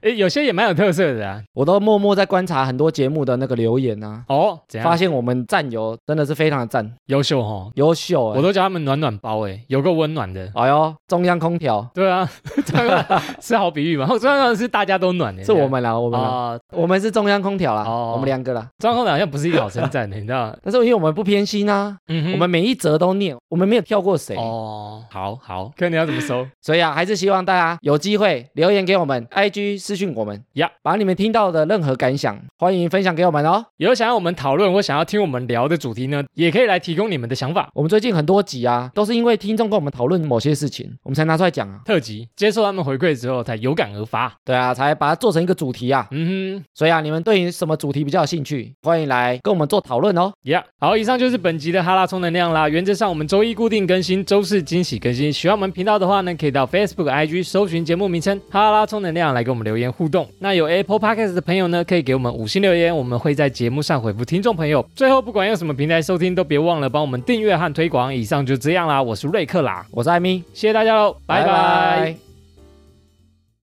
Speaker 1: 诶，有些也蛮有特色的啊。
Speaker 2: 我都默默在观察很多节目的那个留言啊。
Speaker 1: 哦，怎
Speaker 2: 发
Speaker 1: 样？
Speaker 2: 现我们战友真的是非常的赞，
Speaker 1: 优秀哦，
Speaker 2: 优秀哎、
Speaker 1: 我都叫他们暖暖包哎，有够温暖的。
Speaker 2: 哎呦，中央空调
Speaker 1: 对啊， 这个是好比喻嘛？ 中央空调是大家都暖的，
Speaker 2: 是我们啦，我
Speaker 1: 我
Speaker 2: 们啦，
Speaker 1: 哎啊，
Speaker 2: 我们是中央空调啦，
Speaker 1: 哦
Speaker 2: 我们两个啦。
Speaker 1: 中央空调好像不是一个好称赞的，欸你知 道吗？
Speaker 2: 但是因为我们不偏心啊，
Speaker 1: 嗯哼
Speaker 2: 我们每一则都念，我们没有跳过谁，
Speaker 1: 哦，好好，看你要怎么收。
Speaker 2: 所以啊，还是希望大家有机会留言给我们，IG 私讯我们
Speaker 1: 呀
Speaker 2: 把你们听到的任何感想，欢迎分享给我们哦。
Speaker 1: 有想要我们讨论或想要听我们聊的主题呢，也可以来提供你们的想法。
Speaker 2: 我们最近很多集啊，都是因为听众跟我们讨论某些事情，我们才拿出来讲啊，
Speaker 1: 特辑接受他们回馈之后，才有感而发。
Speaker 2: 对啊，才把它做成一个主题啊。
Speaker 1: 嗯哼，
Speaker 2: 所以啊，你们对于什么主题比较有兴趣，欢迎来跟我们做讨论哦。
Speaker 1: 呀、好，以上就是本集的哈拉充能量啦。原则上我们周一固定更新，周四惊喜更新。喜欢我们频道的话呢，可以到 Facebook、IG 搜寻节目名称“哈拉充能量”来给我们留言互动。那有 Apple Podcast 的朋友呢，可以给我们五星留言，我们会在节目上回复听众朋友。最后，不管用什么平台收听，都别忘了帮我们订阅和推广。以上就这样啦，我是瑞克啦，
Speaker 2: 我是艾米，
Speaker 1: 谢谢大家喽，拜拜